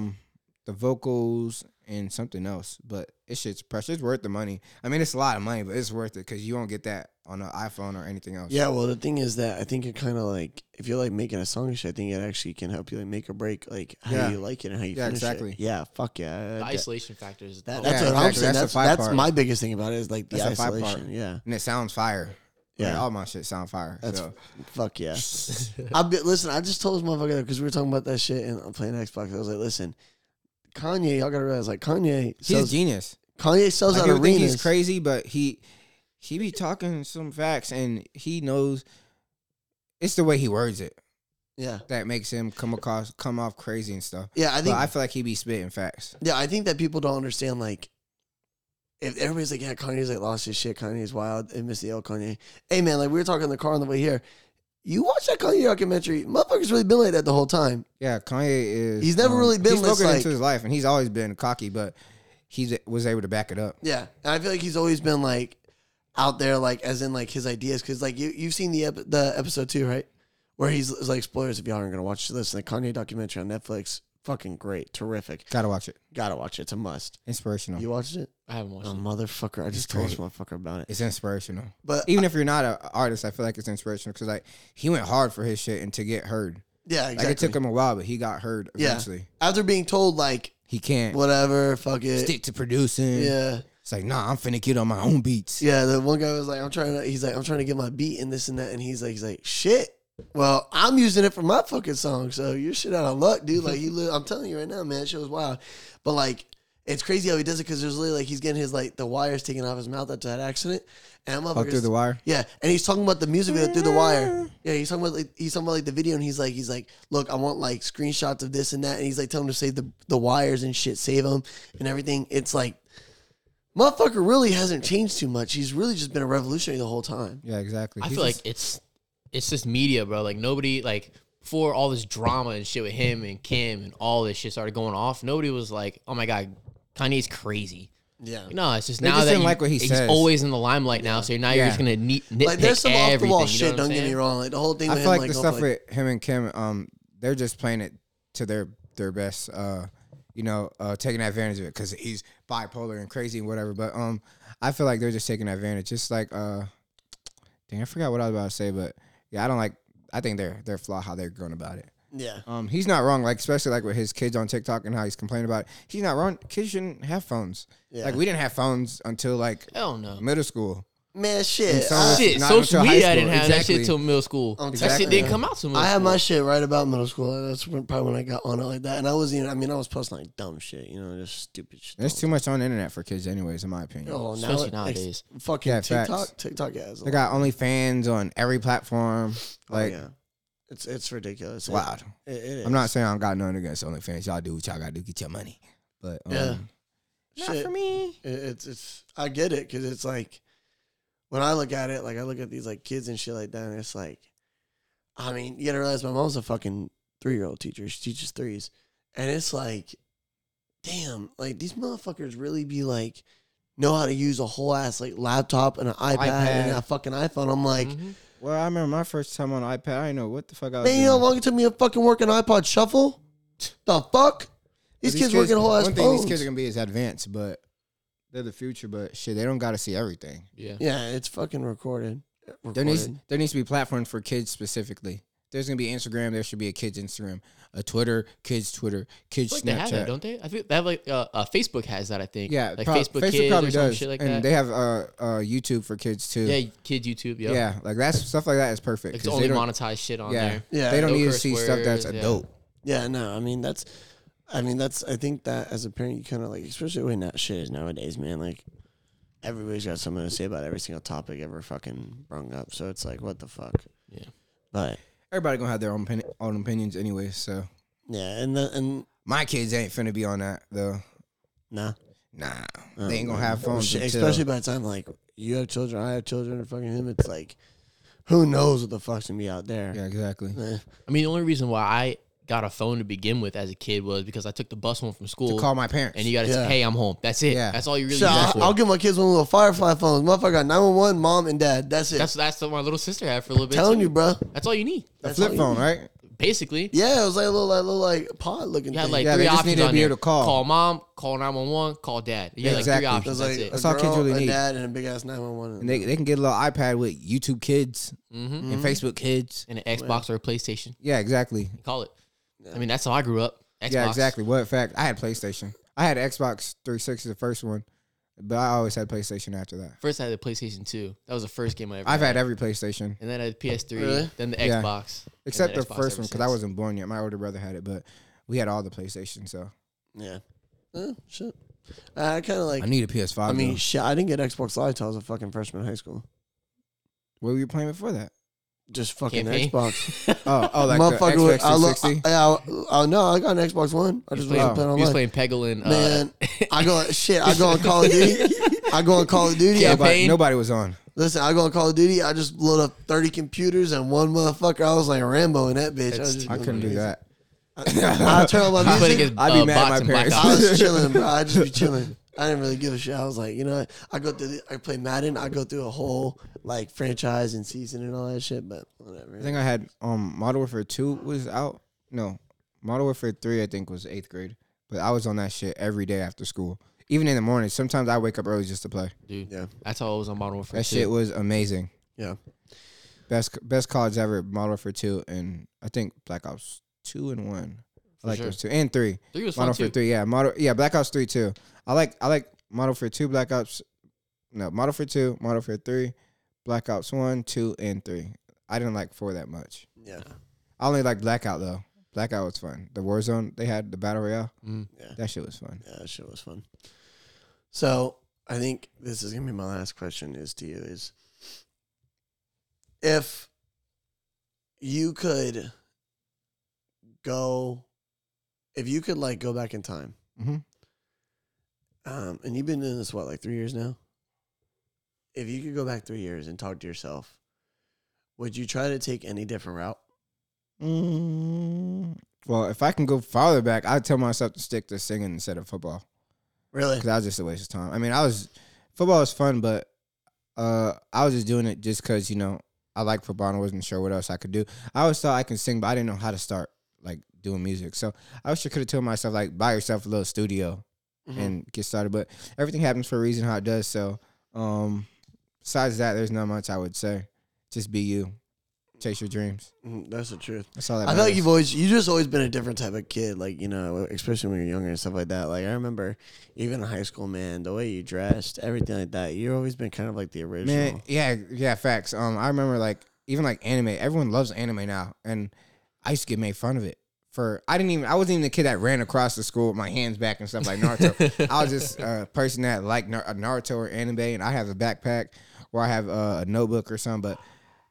the vocals and something else, but it shit's precious. It's worth the money. I mean, it's a lot of money, but it's worth it because you won't get that on an iPhone or anything else. Yeah, well, the thing is that I think it kind of like if you're like making a song, and shit, I think it actually can help you like make or break like how Yeah. you like it and how you Yeah, finish exactly. it. Yeah, fuck yeah. The I- isolation factor is that, oh, that's Yeah, what I'm exactly. saying. That's That's the five that's, part. my biggest thing about it is like the That's the five part. isolation. Yeah, and it sounds fire. Yeah, yeah. all my shit sound fire. That's so fuck yeah. I be, listen. I just told this motherfucker because we were talking about that shit and I'm playing Xbox. I was like, listen, Kanye. Y'all gotta realize like Kanye he's sells. genius. Kanye sells Like, out people think arenas. he's crazy, but he he be talking some facts, and he knows it's the way he words it Yeah, that makes him come across come off crazy and stuff. yeah. I But think I feel like he be spitting facts. Yeah, I think that people don't understand like if everybody's like, yeah, Kanye's like lost his shit, Kanye's wild, and Missy L Kanye. Hey man, like we were talking in the car on the way here. You watch that Kanye documentary, motherfucker's really been like that the whole time. Yeah, Kanye is. um, He's never really been He's this, looking like- into his life, and he's always been cocky, but he was able to back it up. Yeah. And I feel like he's always been like out there, like as in like his ideas, because like you you've seen the ep- the episode too, right? Where he's it's like spoilers if y'all aren't gonna watch this, the Kanye documentary on Netflix, fucking great, terrific. Gotta watch it. Gotta watch it. It's a must. Inspirational. You watched it? I haven't watched Oh, it. Um, motherfucker! I just told this motherfucker about it. it's inspirational. But Even if you're not an artist, I feel like it's inspirational because like he went hard for his shit and to get heard. yeah, exactly. Like it took him a while, but he got heard Yeah. eventually. After being told like He can't whatever, fuck it. stick to producing. Yeah, It's like nah, I'm finna get on my own beats. yeah. The one guy was like, "I'm trying to." He's like, "I'm trying to get my beat and this and that," and he's like, "He's like, shit." Well, I'm using it for my fucking song, so you're shit out of luck, dude. Like you, li- I'm telling you right now, man, that shit was wild. But like, it's crazy how he does it because there's literally like he's getting his like the wires taken off his mouth after that accident, and I'm Fuck through the wire. Yeah, and he's talking about the music video through the Mm. wire. Yeah, he's talking about like, he's talking about like the video, and he's like, he's like, look, I want like screenshots of this and that, and he's like telling him to save the the wires and shit, save them and everything. It's like, motherfucker really hasn't changed too much. He's really just been a revolutionary the whole time. Yeah, exactly. I He's feel just- like it's it's just media, bro. Like nobody like before all this drama and shit with him and Kim and all this shit started going off. Nobody was like, "Oh my god, Kanye's crazy." Yeah, No, it's just They now just that didn't you- like what he he's says. always in the limelight now. So now you're Yeah. just gonna neat, nitpick like there's some off the everything. wall you know shit. what I'm Don't get me saying? wrong. Like the whole thing. I with feel him, like the going stuff for, with him and Kim, um, they're just playing it to their their best. Uh, you know, uh, taking advantage of it because he's bipolar and crazy and whatever. But um, I feel like they're just taking advantage. Just like uh, dang, I forgot what I was about to say, but yeah, I don't like. I think they're they're flaw how they're going about it. yeah, Um, he's not wrong. Like especially like with his kids on TikTok and how he's complaining about. It. He's not wrong. Kids shouldn't have phones. Yeah. Like we didn't have phones until like Hell no. middle school. man, shit. some- I, Shit, Uh, Not social until high media I school, didn't have that exactly. shit till middle school. I'm That telling shit didn't you. come out till middle I school. had my shit right about middle school. That's when, probably when I got on it like that. And I wasn't even, I mean, I was posting like dumb shit, you know, just stupid shit. There's too much on the internet for kids, anyways, in my opinion. Oh, now Especially it- nowadays. It's fucking Yeah, TikTok, facts. TikTok has. a They lot. got OnlyFans on every platform. Oh, Like yeah. it's it's ridiculous. it's wild. It, it is. I'm not saying I got nothing against OnlyFans. Y'all do what y'all gotta do. Get your money. But um, Yeah. not Shit. for me. It- it's it's. I get it because it's like when I look at it, like I look at these like kids and shit like that, and it's like, I mean, you gotta realize my mom's a fucking three year old teacher. She teaches threes, and it's like, damn, like these motherfuckers really be like know how to use a whole ass like laptop and an iPad, and iPad. a fucking iPhone. I'm like. Mhm. Well, I remember my first time on iPad. I didn't know what the fuck I was Man, you doing. know how long it took me to fucking work an iPod shuffle? The fuck? But These, kids, working whole ass phones. One thing these kids are gonna be is advanced, but they're the future. But shit, they don't gotta see everything. Yeah. yeah, it's fucking recorded. There needs Recorded. there needs to be platforms for kids specifically. There's gonna be Instagram. There should be a kids Instagram, a Twitter, kids Twitter, kids I feel like they Snapchat. have that, don't they? I think they have like uh, uh, Facebook has that. I think. yeah, like prob- Facebook, Kids or some shit like and that. they have uh, uh YouTube for kids too. yeah, kids YouTube. Yep. Yeah, Yeah, like that's stuff like that is perfect. it's 'cause only they don't- monetized shit on yeah, there. Yeah, they don't no need to curse see stuff that's words, yeah. adult. Yeah, no, I mean that's I mean that's I think that as a parent you kinda like especially when that shit is nowadays, man, like everybody's got something to say about every single topic ever fucking brung up. So it's like what the fuck? Yeah. But Everybody gonna have their own opini- own opinions anyway. So yeah, and the and my kids ain't finna be on that though. nah. Nah, Um, they ain't gonna have phones. shit, until- especially by the time like you have children, I have children, and fucking him. It's like, who knows what the fuck's gonna be out there? yeah, exactly. Eh, I mean, the only reason why I got a phone to begin with as a kid was because I took the bus home from To school, call my parents. and you got to Yeah. say, "Hey, I'm home." That's it. Yeah. That's all you really Shit, use it I'll, for. I'll give my kids one of those Firefly phones. Motherfucker got 911, mom, and dad. That's it. that's that's what my little sister had for a little bit. telling too. you, bro. that's all you need. a flip phone, right? Basically, Yeah, it was like a little, like, little like pod looking thing. you had like Yeah, three they just options needed to on be there: able to call. mom, call nine one one, call dad. You had Exactly. like three it options. was That's like it. a That's all kids girl, really a need. dad and a big ass 911. And they they can get a little iPad with YouTube Kids and Mm-hmm. Facebook Kids. Mm-hmm. And an Xbox or a PlayStation. Yeah, exactly. Call it. I mean, that's how I grew up. Xbox. Yeah, exactly. What fact? I had PlayStation. I had Xbox 360, the first one, but I always had PlayStation after that. First, I had the PlayStation Two. That was the first game I ever. I've had every PlayStation. and then I had PS3, Really? then the Yeah. Xbox, and Except then the Xbox first ever one because I since. wasn't born yet. My older brother had it, but we had all the PlayStation. So yeah. Eh, shit. I kind of like. I I, need a PS5. I mean, mean, shit. I didn't get Xbox Live till I was a fucking freshman in high school. what were you playing before that? Just fucking Campaign? Xbox. Oh, oh, like the Motherfucker, Xbox would- I, look, 360. I, I, I, no, I got an Xbox One. I He just was wasn't playing playing, he was online. playing Peggle and uh, Man, I go shit. I go on Call of Duty. I go on Call of Duty. I- Yeah, but- nobody, Campaign? nobody was on. listen, I go on Call of Duty. I just load up thirty computers and one motherfucker. I was like Rambo in that bitch. I, was just, I couldn't do that. I turn on my music. playing against I'd be uh, mad at bots my and Black parents. I Ops. was chilling, bro. I just be chilling. I didn't really give a shit. I was like, you know, what? I go through, the, I play Madden, I go through a whole like franchise and season and all that shit, but whatever. I think I had um Model Warfare Two was out. No, Model Warfare Three I think was eighth grade, but I was on that shit every day after school, even in the morning. Sometimes I wake up early just to play. dude. Yeah. That's all I was on Modern Warfare. That 2. shit was amazing. yeah, Best best college ever. Model Warfare Two and I think Black Ops Two and One. I For like sure. those two and three. Three was fun Model too. for three, yeah, model, yeah, Black Ops three too. I like, I like Model for two, Black Ops, no, Model for two, Model for three, Black Ops one, two, and three. I didn't like four that much. yeah, I only like Blackout though. Blackout was fun. The Warzone they had the battle royale. Mm. That shit was fun. yeah. That shit was fun. So I think this is gonna be my last question is to you is if you could go, if you could like go back in time, Mm-hmm. um, and you've been doing this what like three years now. If you could go back three years and talk to yourself, would you try to take any different route? Mm. Well, if I can go farther back, I'd tell myself to stick to singing instead of football. Really? because that was just a waste of time. I mean, I was football was fun, but uh, I was just doing it just because you know I like football and I wasn't sure what else I could do. I always thought I can sing, but I didn't know how to start like doing music. So I wish I could have told myself like buy yourself a little studio Mm-hmm. and get started. But everything happens for a reason, how it does. So um, besides that, there's not much I would say. Just be you, chase your dreams. Mhm, That's the truth. That's all that. I feel like matters. you've always you just always been a different type of kid, like you know, especially when you're younger and stuff like that. Like I remember, even in high school, man, the way you dressed, everything like that. You've always been kind of like the original. Man, yeah, yeah, facts. Um, I remember like even like anime. Everyone loves anime now, and I used to get made fun of it for. I didn't even. I wasn't even the kid that ran across the school with my hands back and stuff like Naruto. I was just a person that liked Nar- uh, Naruto or anime, and I have a backpack or I have uh, a notebook or something. But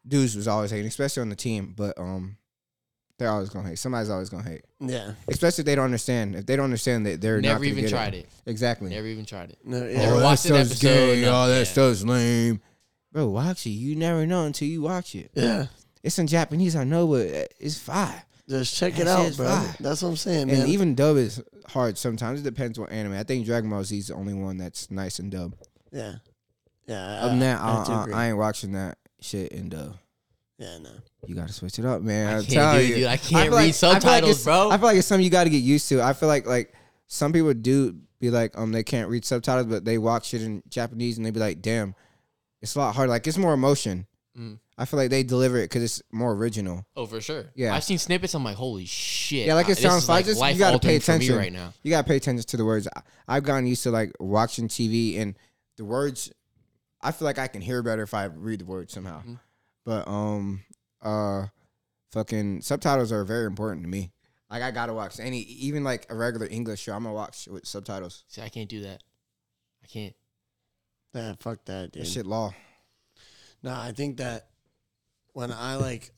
dudes was always hating, especially on the team. But um, they're always gonna hate. Somebody's always gonna hate, Yeah. especially if they don't understand. If they don't understand that they're not Never gonna even get tried it. Exactly. Never even tried it. No, Oh, yeah. Never that watched an stuff's episode, Gay. no- Oh, that yeah. stuff's lame. Bro, watch it. You never know until you watch it. yeah. It's in Japanese, I know, but uh, it's fine. Just check it That out, shit's bro. fire. That's what I'm saying, And man. even dub is hard sometimes. It depends what anime. I think Dragon Ball Z is the only one that's nice and dub. yeah. Yeah. Other than that, I, Uh, do I- agree. uh, I ain't watching that shit in dub. yeah. No. You gotta switch it up, man. I I'm can't telling do it, you, dude. I can't feel read I feel subtitles, it's- bro. I feel like it's something you got to get used to. I feel like like some people do be like, um, they can't read subtitles, but they watch shit in Japanese and they be like, damn, it's a lot harder. Like it's more emotion. Mm. I feel like they deliver it because it's more original. Oh, for sure. Yeah. I've seen snippets. I'm like, holy shit. Yeah, like it This sounds is, like just you gotta pay life-altering for me attention right now. You gotta pay attention to the words. I, I've gotten used to like watching TV and the words. I feel like I can hear better if I read the words somehow. Mhm. But um, uh, fucking subtitles are very important to me. Like I gotta watch any, even like a regular English show. I'm gonna watch with subtitles. See, I can't do that. I can't. Yeah. Fuck that, dude. That shit law. No, I think that when I like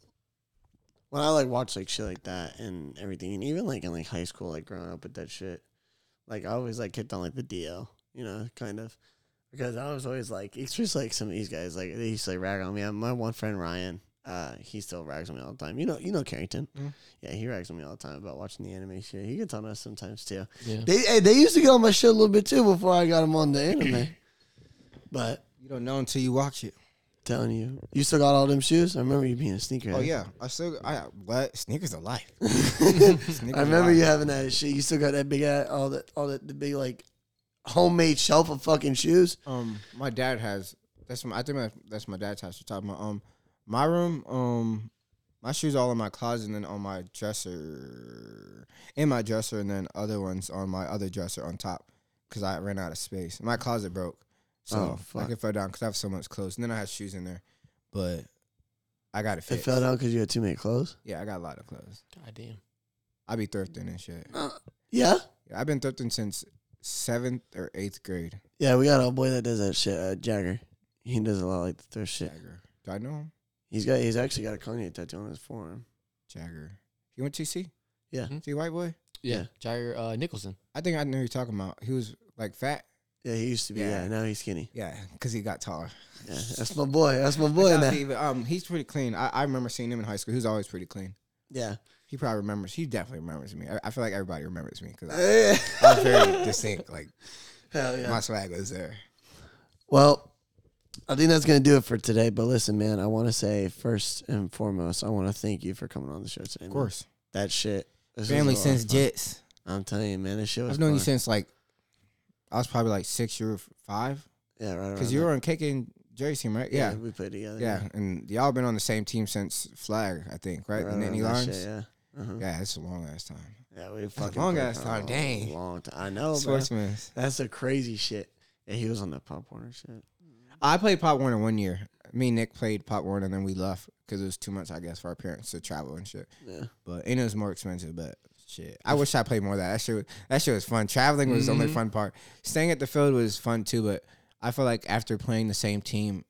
when I like watch like shit like that and everything, and even like in like high school, like growing up with that shit, like I always like kept on like the DL, you know, kind of. Because I was always like, it's just like some of these guys, like they used to like rag on me. Uh, My one friend Ryan, uh, he still rags on me all the time. You know, you know Carrington, Mm. yeah, he rags on me all the time about watching the anime shit. He gets on us sometimes too. Yeah. They hey, they used to get on my shit a little bit too before I got him on the anime, but You don't know until you watch it. Telling you, you still got all them shoes. I remember you being a sneakerhead. Oh yeah, I still I what sneakers are life. Sneakers I remember alive. you having that shit. You still got that big, a- all that, all that, the big like homemade shelf of fucking shoes. Um, my dad has. That's my. I think my, that's my dad's house. Top of my um, my room. Um, my shoes all in my closet and then on my dresser, in my dresser, and then other ones on my other dresser on top because I ran out of space. My closet broke, Oh, so fuck. I could fell down because I have so much clothes. And then I had shoes in there, but I got It it fixed. fell down because you had too many clothes. Yeah, I got a lot of clothes. God damn. I be thrifting and shit. Uh, yeah, Yeah, I've been thrifting since seventh or eighth grade. yeah. We got a boy that does that shit. Uh, Jagger. He does a lot like the thrift shit. Jagger, do I know him? He's got. He's actually got a Kanye tattoo on his forearm. Jagger, you went to see? Yeah. see white boy. Yeah. Yeah. Jair uh, Nicholson. I think I knew who you're talking about. He was like fat. Yeah, he used to be. Yeah, Yeah. now he's skinny. Yeah, because he got taller. Yeah, that's my boy. That's my boy. Nah, Now. he- but, um, he's pretty clean. I, I remember seeing him in high school. He was always pretty clean. Yeah. He probably remembers. He definitely remembers me. I, I feel like everybody remembers me because Yeah. I'm very distinct. Like Hell yeah. My swag was there. Well, I think that's going to do it for today. But listen, man, I want to say first and foremost, I want to thank you for coming on the show today. Of course. That shit. this was Family a lot since of fun. Jets. I'm telling you, man, this shit was I've known you fun. since like I was probably like six, you were five. Yeah, right. Because around you that. were on Kick and Jerry's team, right? Yeah. we played together. Yeah. And y'all been on the same team since Flag, I think, right? Right around and Nanny that Lines. shit, yeah. Uh-huh. Yeah, it's a long ass time. Yeah, we fucking long played ass for time, a dang. Long time. I Oh, know, bro. Sportsman. That's a crazy shit. Yeah, he was on that Pop Warner shit. I played Pop Warner one year. Me and Nick played Pop Warner, and then we left because it was too much, I guess, for our parents to travel and shit. Yeah. But and it was more expensive, but shit. I wish I played more of that. That shit, was, that shit was fun. Traveling was the only Mm-hmm. fun part. Staying at the field was fun too, but I feel like after playing the same team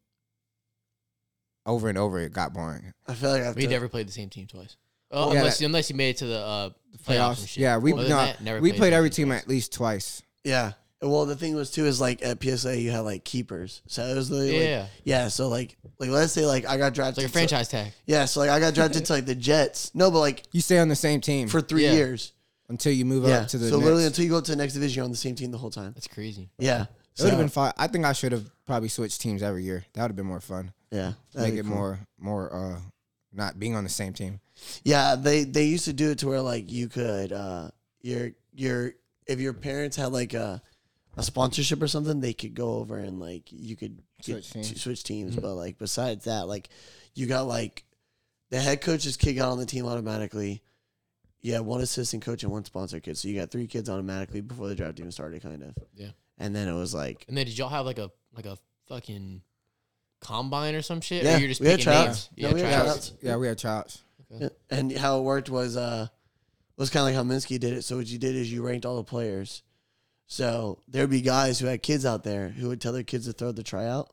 over and over, it got boring. I feel like after, We never played the same team twice. Oh, Yeah, unless that- unless you made it to the uh, playoffs. Playoffs, and shit. yeah, we Other no, than that, never we the played same every team twice. at least twice. Yeah. Well, the thing was too is like at PSA you had like keepers, so it was literally like- Yeah. yeah. So like like let's say like I got It's drafted like a to- franchise tag. Yeah, so like I got drafted to like the Jets. No, but like You stay on the same team for three Yeah. years. until you move Yeah. up to the. so literally next- until you go to the next division, you're on the same team the whole time. That's crazy. Yeah. it would have been fun. I think I should have probably switched teams every year. That would have been more fun. yeah. that'd make be it cool. more more uh not being on the same team. Yeah, they they used to do it to where like you could uh your your if your parents had like a a sponsorship or something, they could go over and like you could Switch teams. to switch teams. Mm-hmm. But like besides that, like you got like the head coach's kid got on the team automatically. Yeah, one assistant coach and one sponsor kid. So you got three kids automatically before the draft even started, kind of. Yeah. And then it was like And then did y'all have like a like a fucking combine or some shit? Yeah, or you're just we had picking tryouts. names. Yeah, Yeah, we had tryouts. tryouts. Yeah, we had tryouts. and how it worked was uh was kind of like how Minsky did it. So what you did is you ranked all the players. So there'd be guys who had kids out there who would tell their kids to throw the tryout,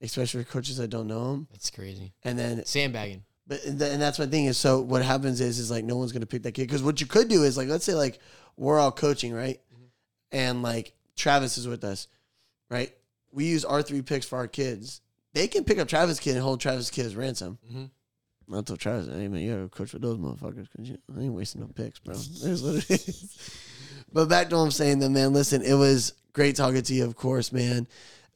especially for coaches that don't know them. That's crazy. And then, Sandbagging. but and th- and that's my thing is. So what happens is is like no one's gonna pick that kid because what you could do is like let's say like we're all coaching right, Mm-hmm. and like Travis is with us, right? We use our three picks for our kids. They can pick up Travis' kid and hold Travis' kid as ransom. Mm-hmm. hmm I told Travis, hey man, you gotta coach with those motherfuckers because you I ain't wasting no picks, bro. That's what it is. But back to what I'm saying, though, man. Listen, it was great talking to you, of course, man.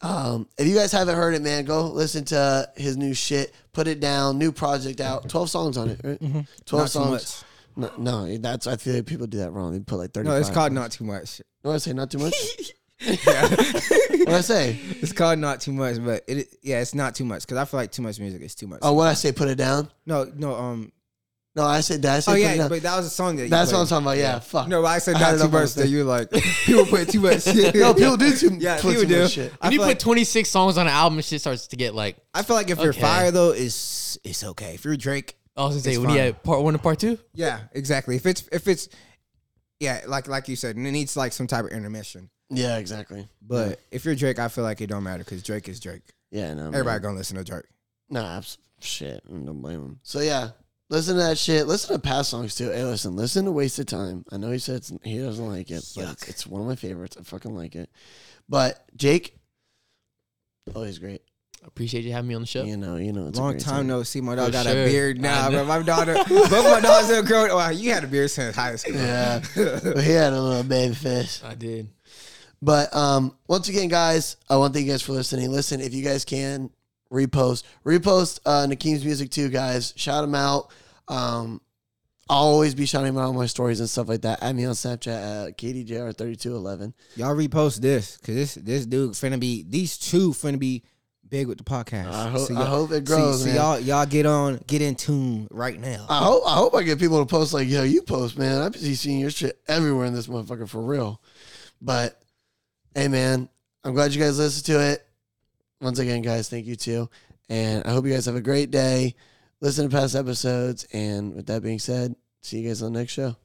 Um, if you guys haven't heard it, man, go listen to his new shit. Put it down. New project out. Twelve songs on it. Right? Twelve Not too songs. No, no, that's I feel like people do that wrong. They put like thirty. No, it's called not too much. What I say? Not too much. Yeah. what I say? it's called not too much, but it yeah, it's not too much because I feel like too much music is too much. Oh, what I say? Put it down. no, no, um, No, I said. Did I say? oh put yeah, it down? but that was a song that you that's what I'm played. talking about. Yeah, fuck. No, I said I had not it too up on much. the That you were like people put too much shit. no, people do too. Yeah, put people too do. much shit. I When you feel, put like, 26 songs on an album, and shit starts to get like. I feel like if you're Okay. fire though, it's it's okay. If you're Drake, oh, I was gonna say, It's when you fine. had part one and part two, yeah, exactly. If it's if it's yeah, like like you said, and it needs like some type of intermission. Yeah, exactly. But if you're Drake, I feel like it don't matter because Drake is Drake. Yeah, no. man. Everybody gonna listen to Drake. Nah, abs- shit. I Don't blame him. So yeah, listen to that shit. Listen to past songs too. Hey, listen, listen to "Wasted Time." I know he said it's, he doesn't like it, but it's, it's one of my favorites. I fucking like it. But Jake, always great. appreciate you having me on the show. You know, you know, it's a Long great time no see. My dog For got sure. a beard now, I bro. know. My daughter, both my dogs have grown. Wow, you had a beard since high school. Yeah, but he had a little baby fish. I did. But um, once again, guys, I want to thank you guys for listening. Listen, if you guys can repost, repost uh, Nakeem's music too, guys. Shout him out. Um, I'll always be shouting him out on my stories and stuff like that. Add me on Snapchat at KDJR3211. Y'all repost this because this this dude finna be these two finna be big with the podcast. I hope- I y'all- hope it so- grows, So, man. y'all y'all get on get in tune right now. I hope I hope I get people to post like, yo, you post, man. I've been seeing your shit everywhere in this motherfucker for real. But hey man, I'm glad you guys listened to it. Once again, guys, thank you too. And I hope you guys have a great day. Listen to past episodes. And with that being said, see you guys on the next show.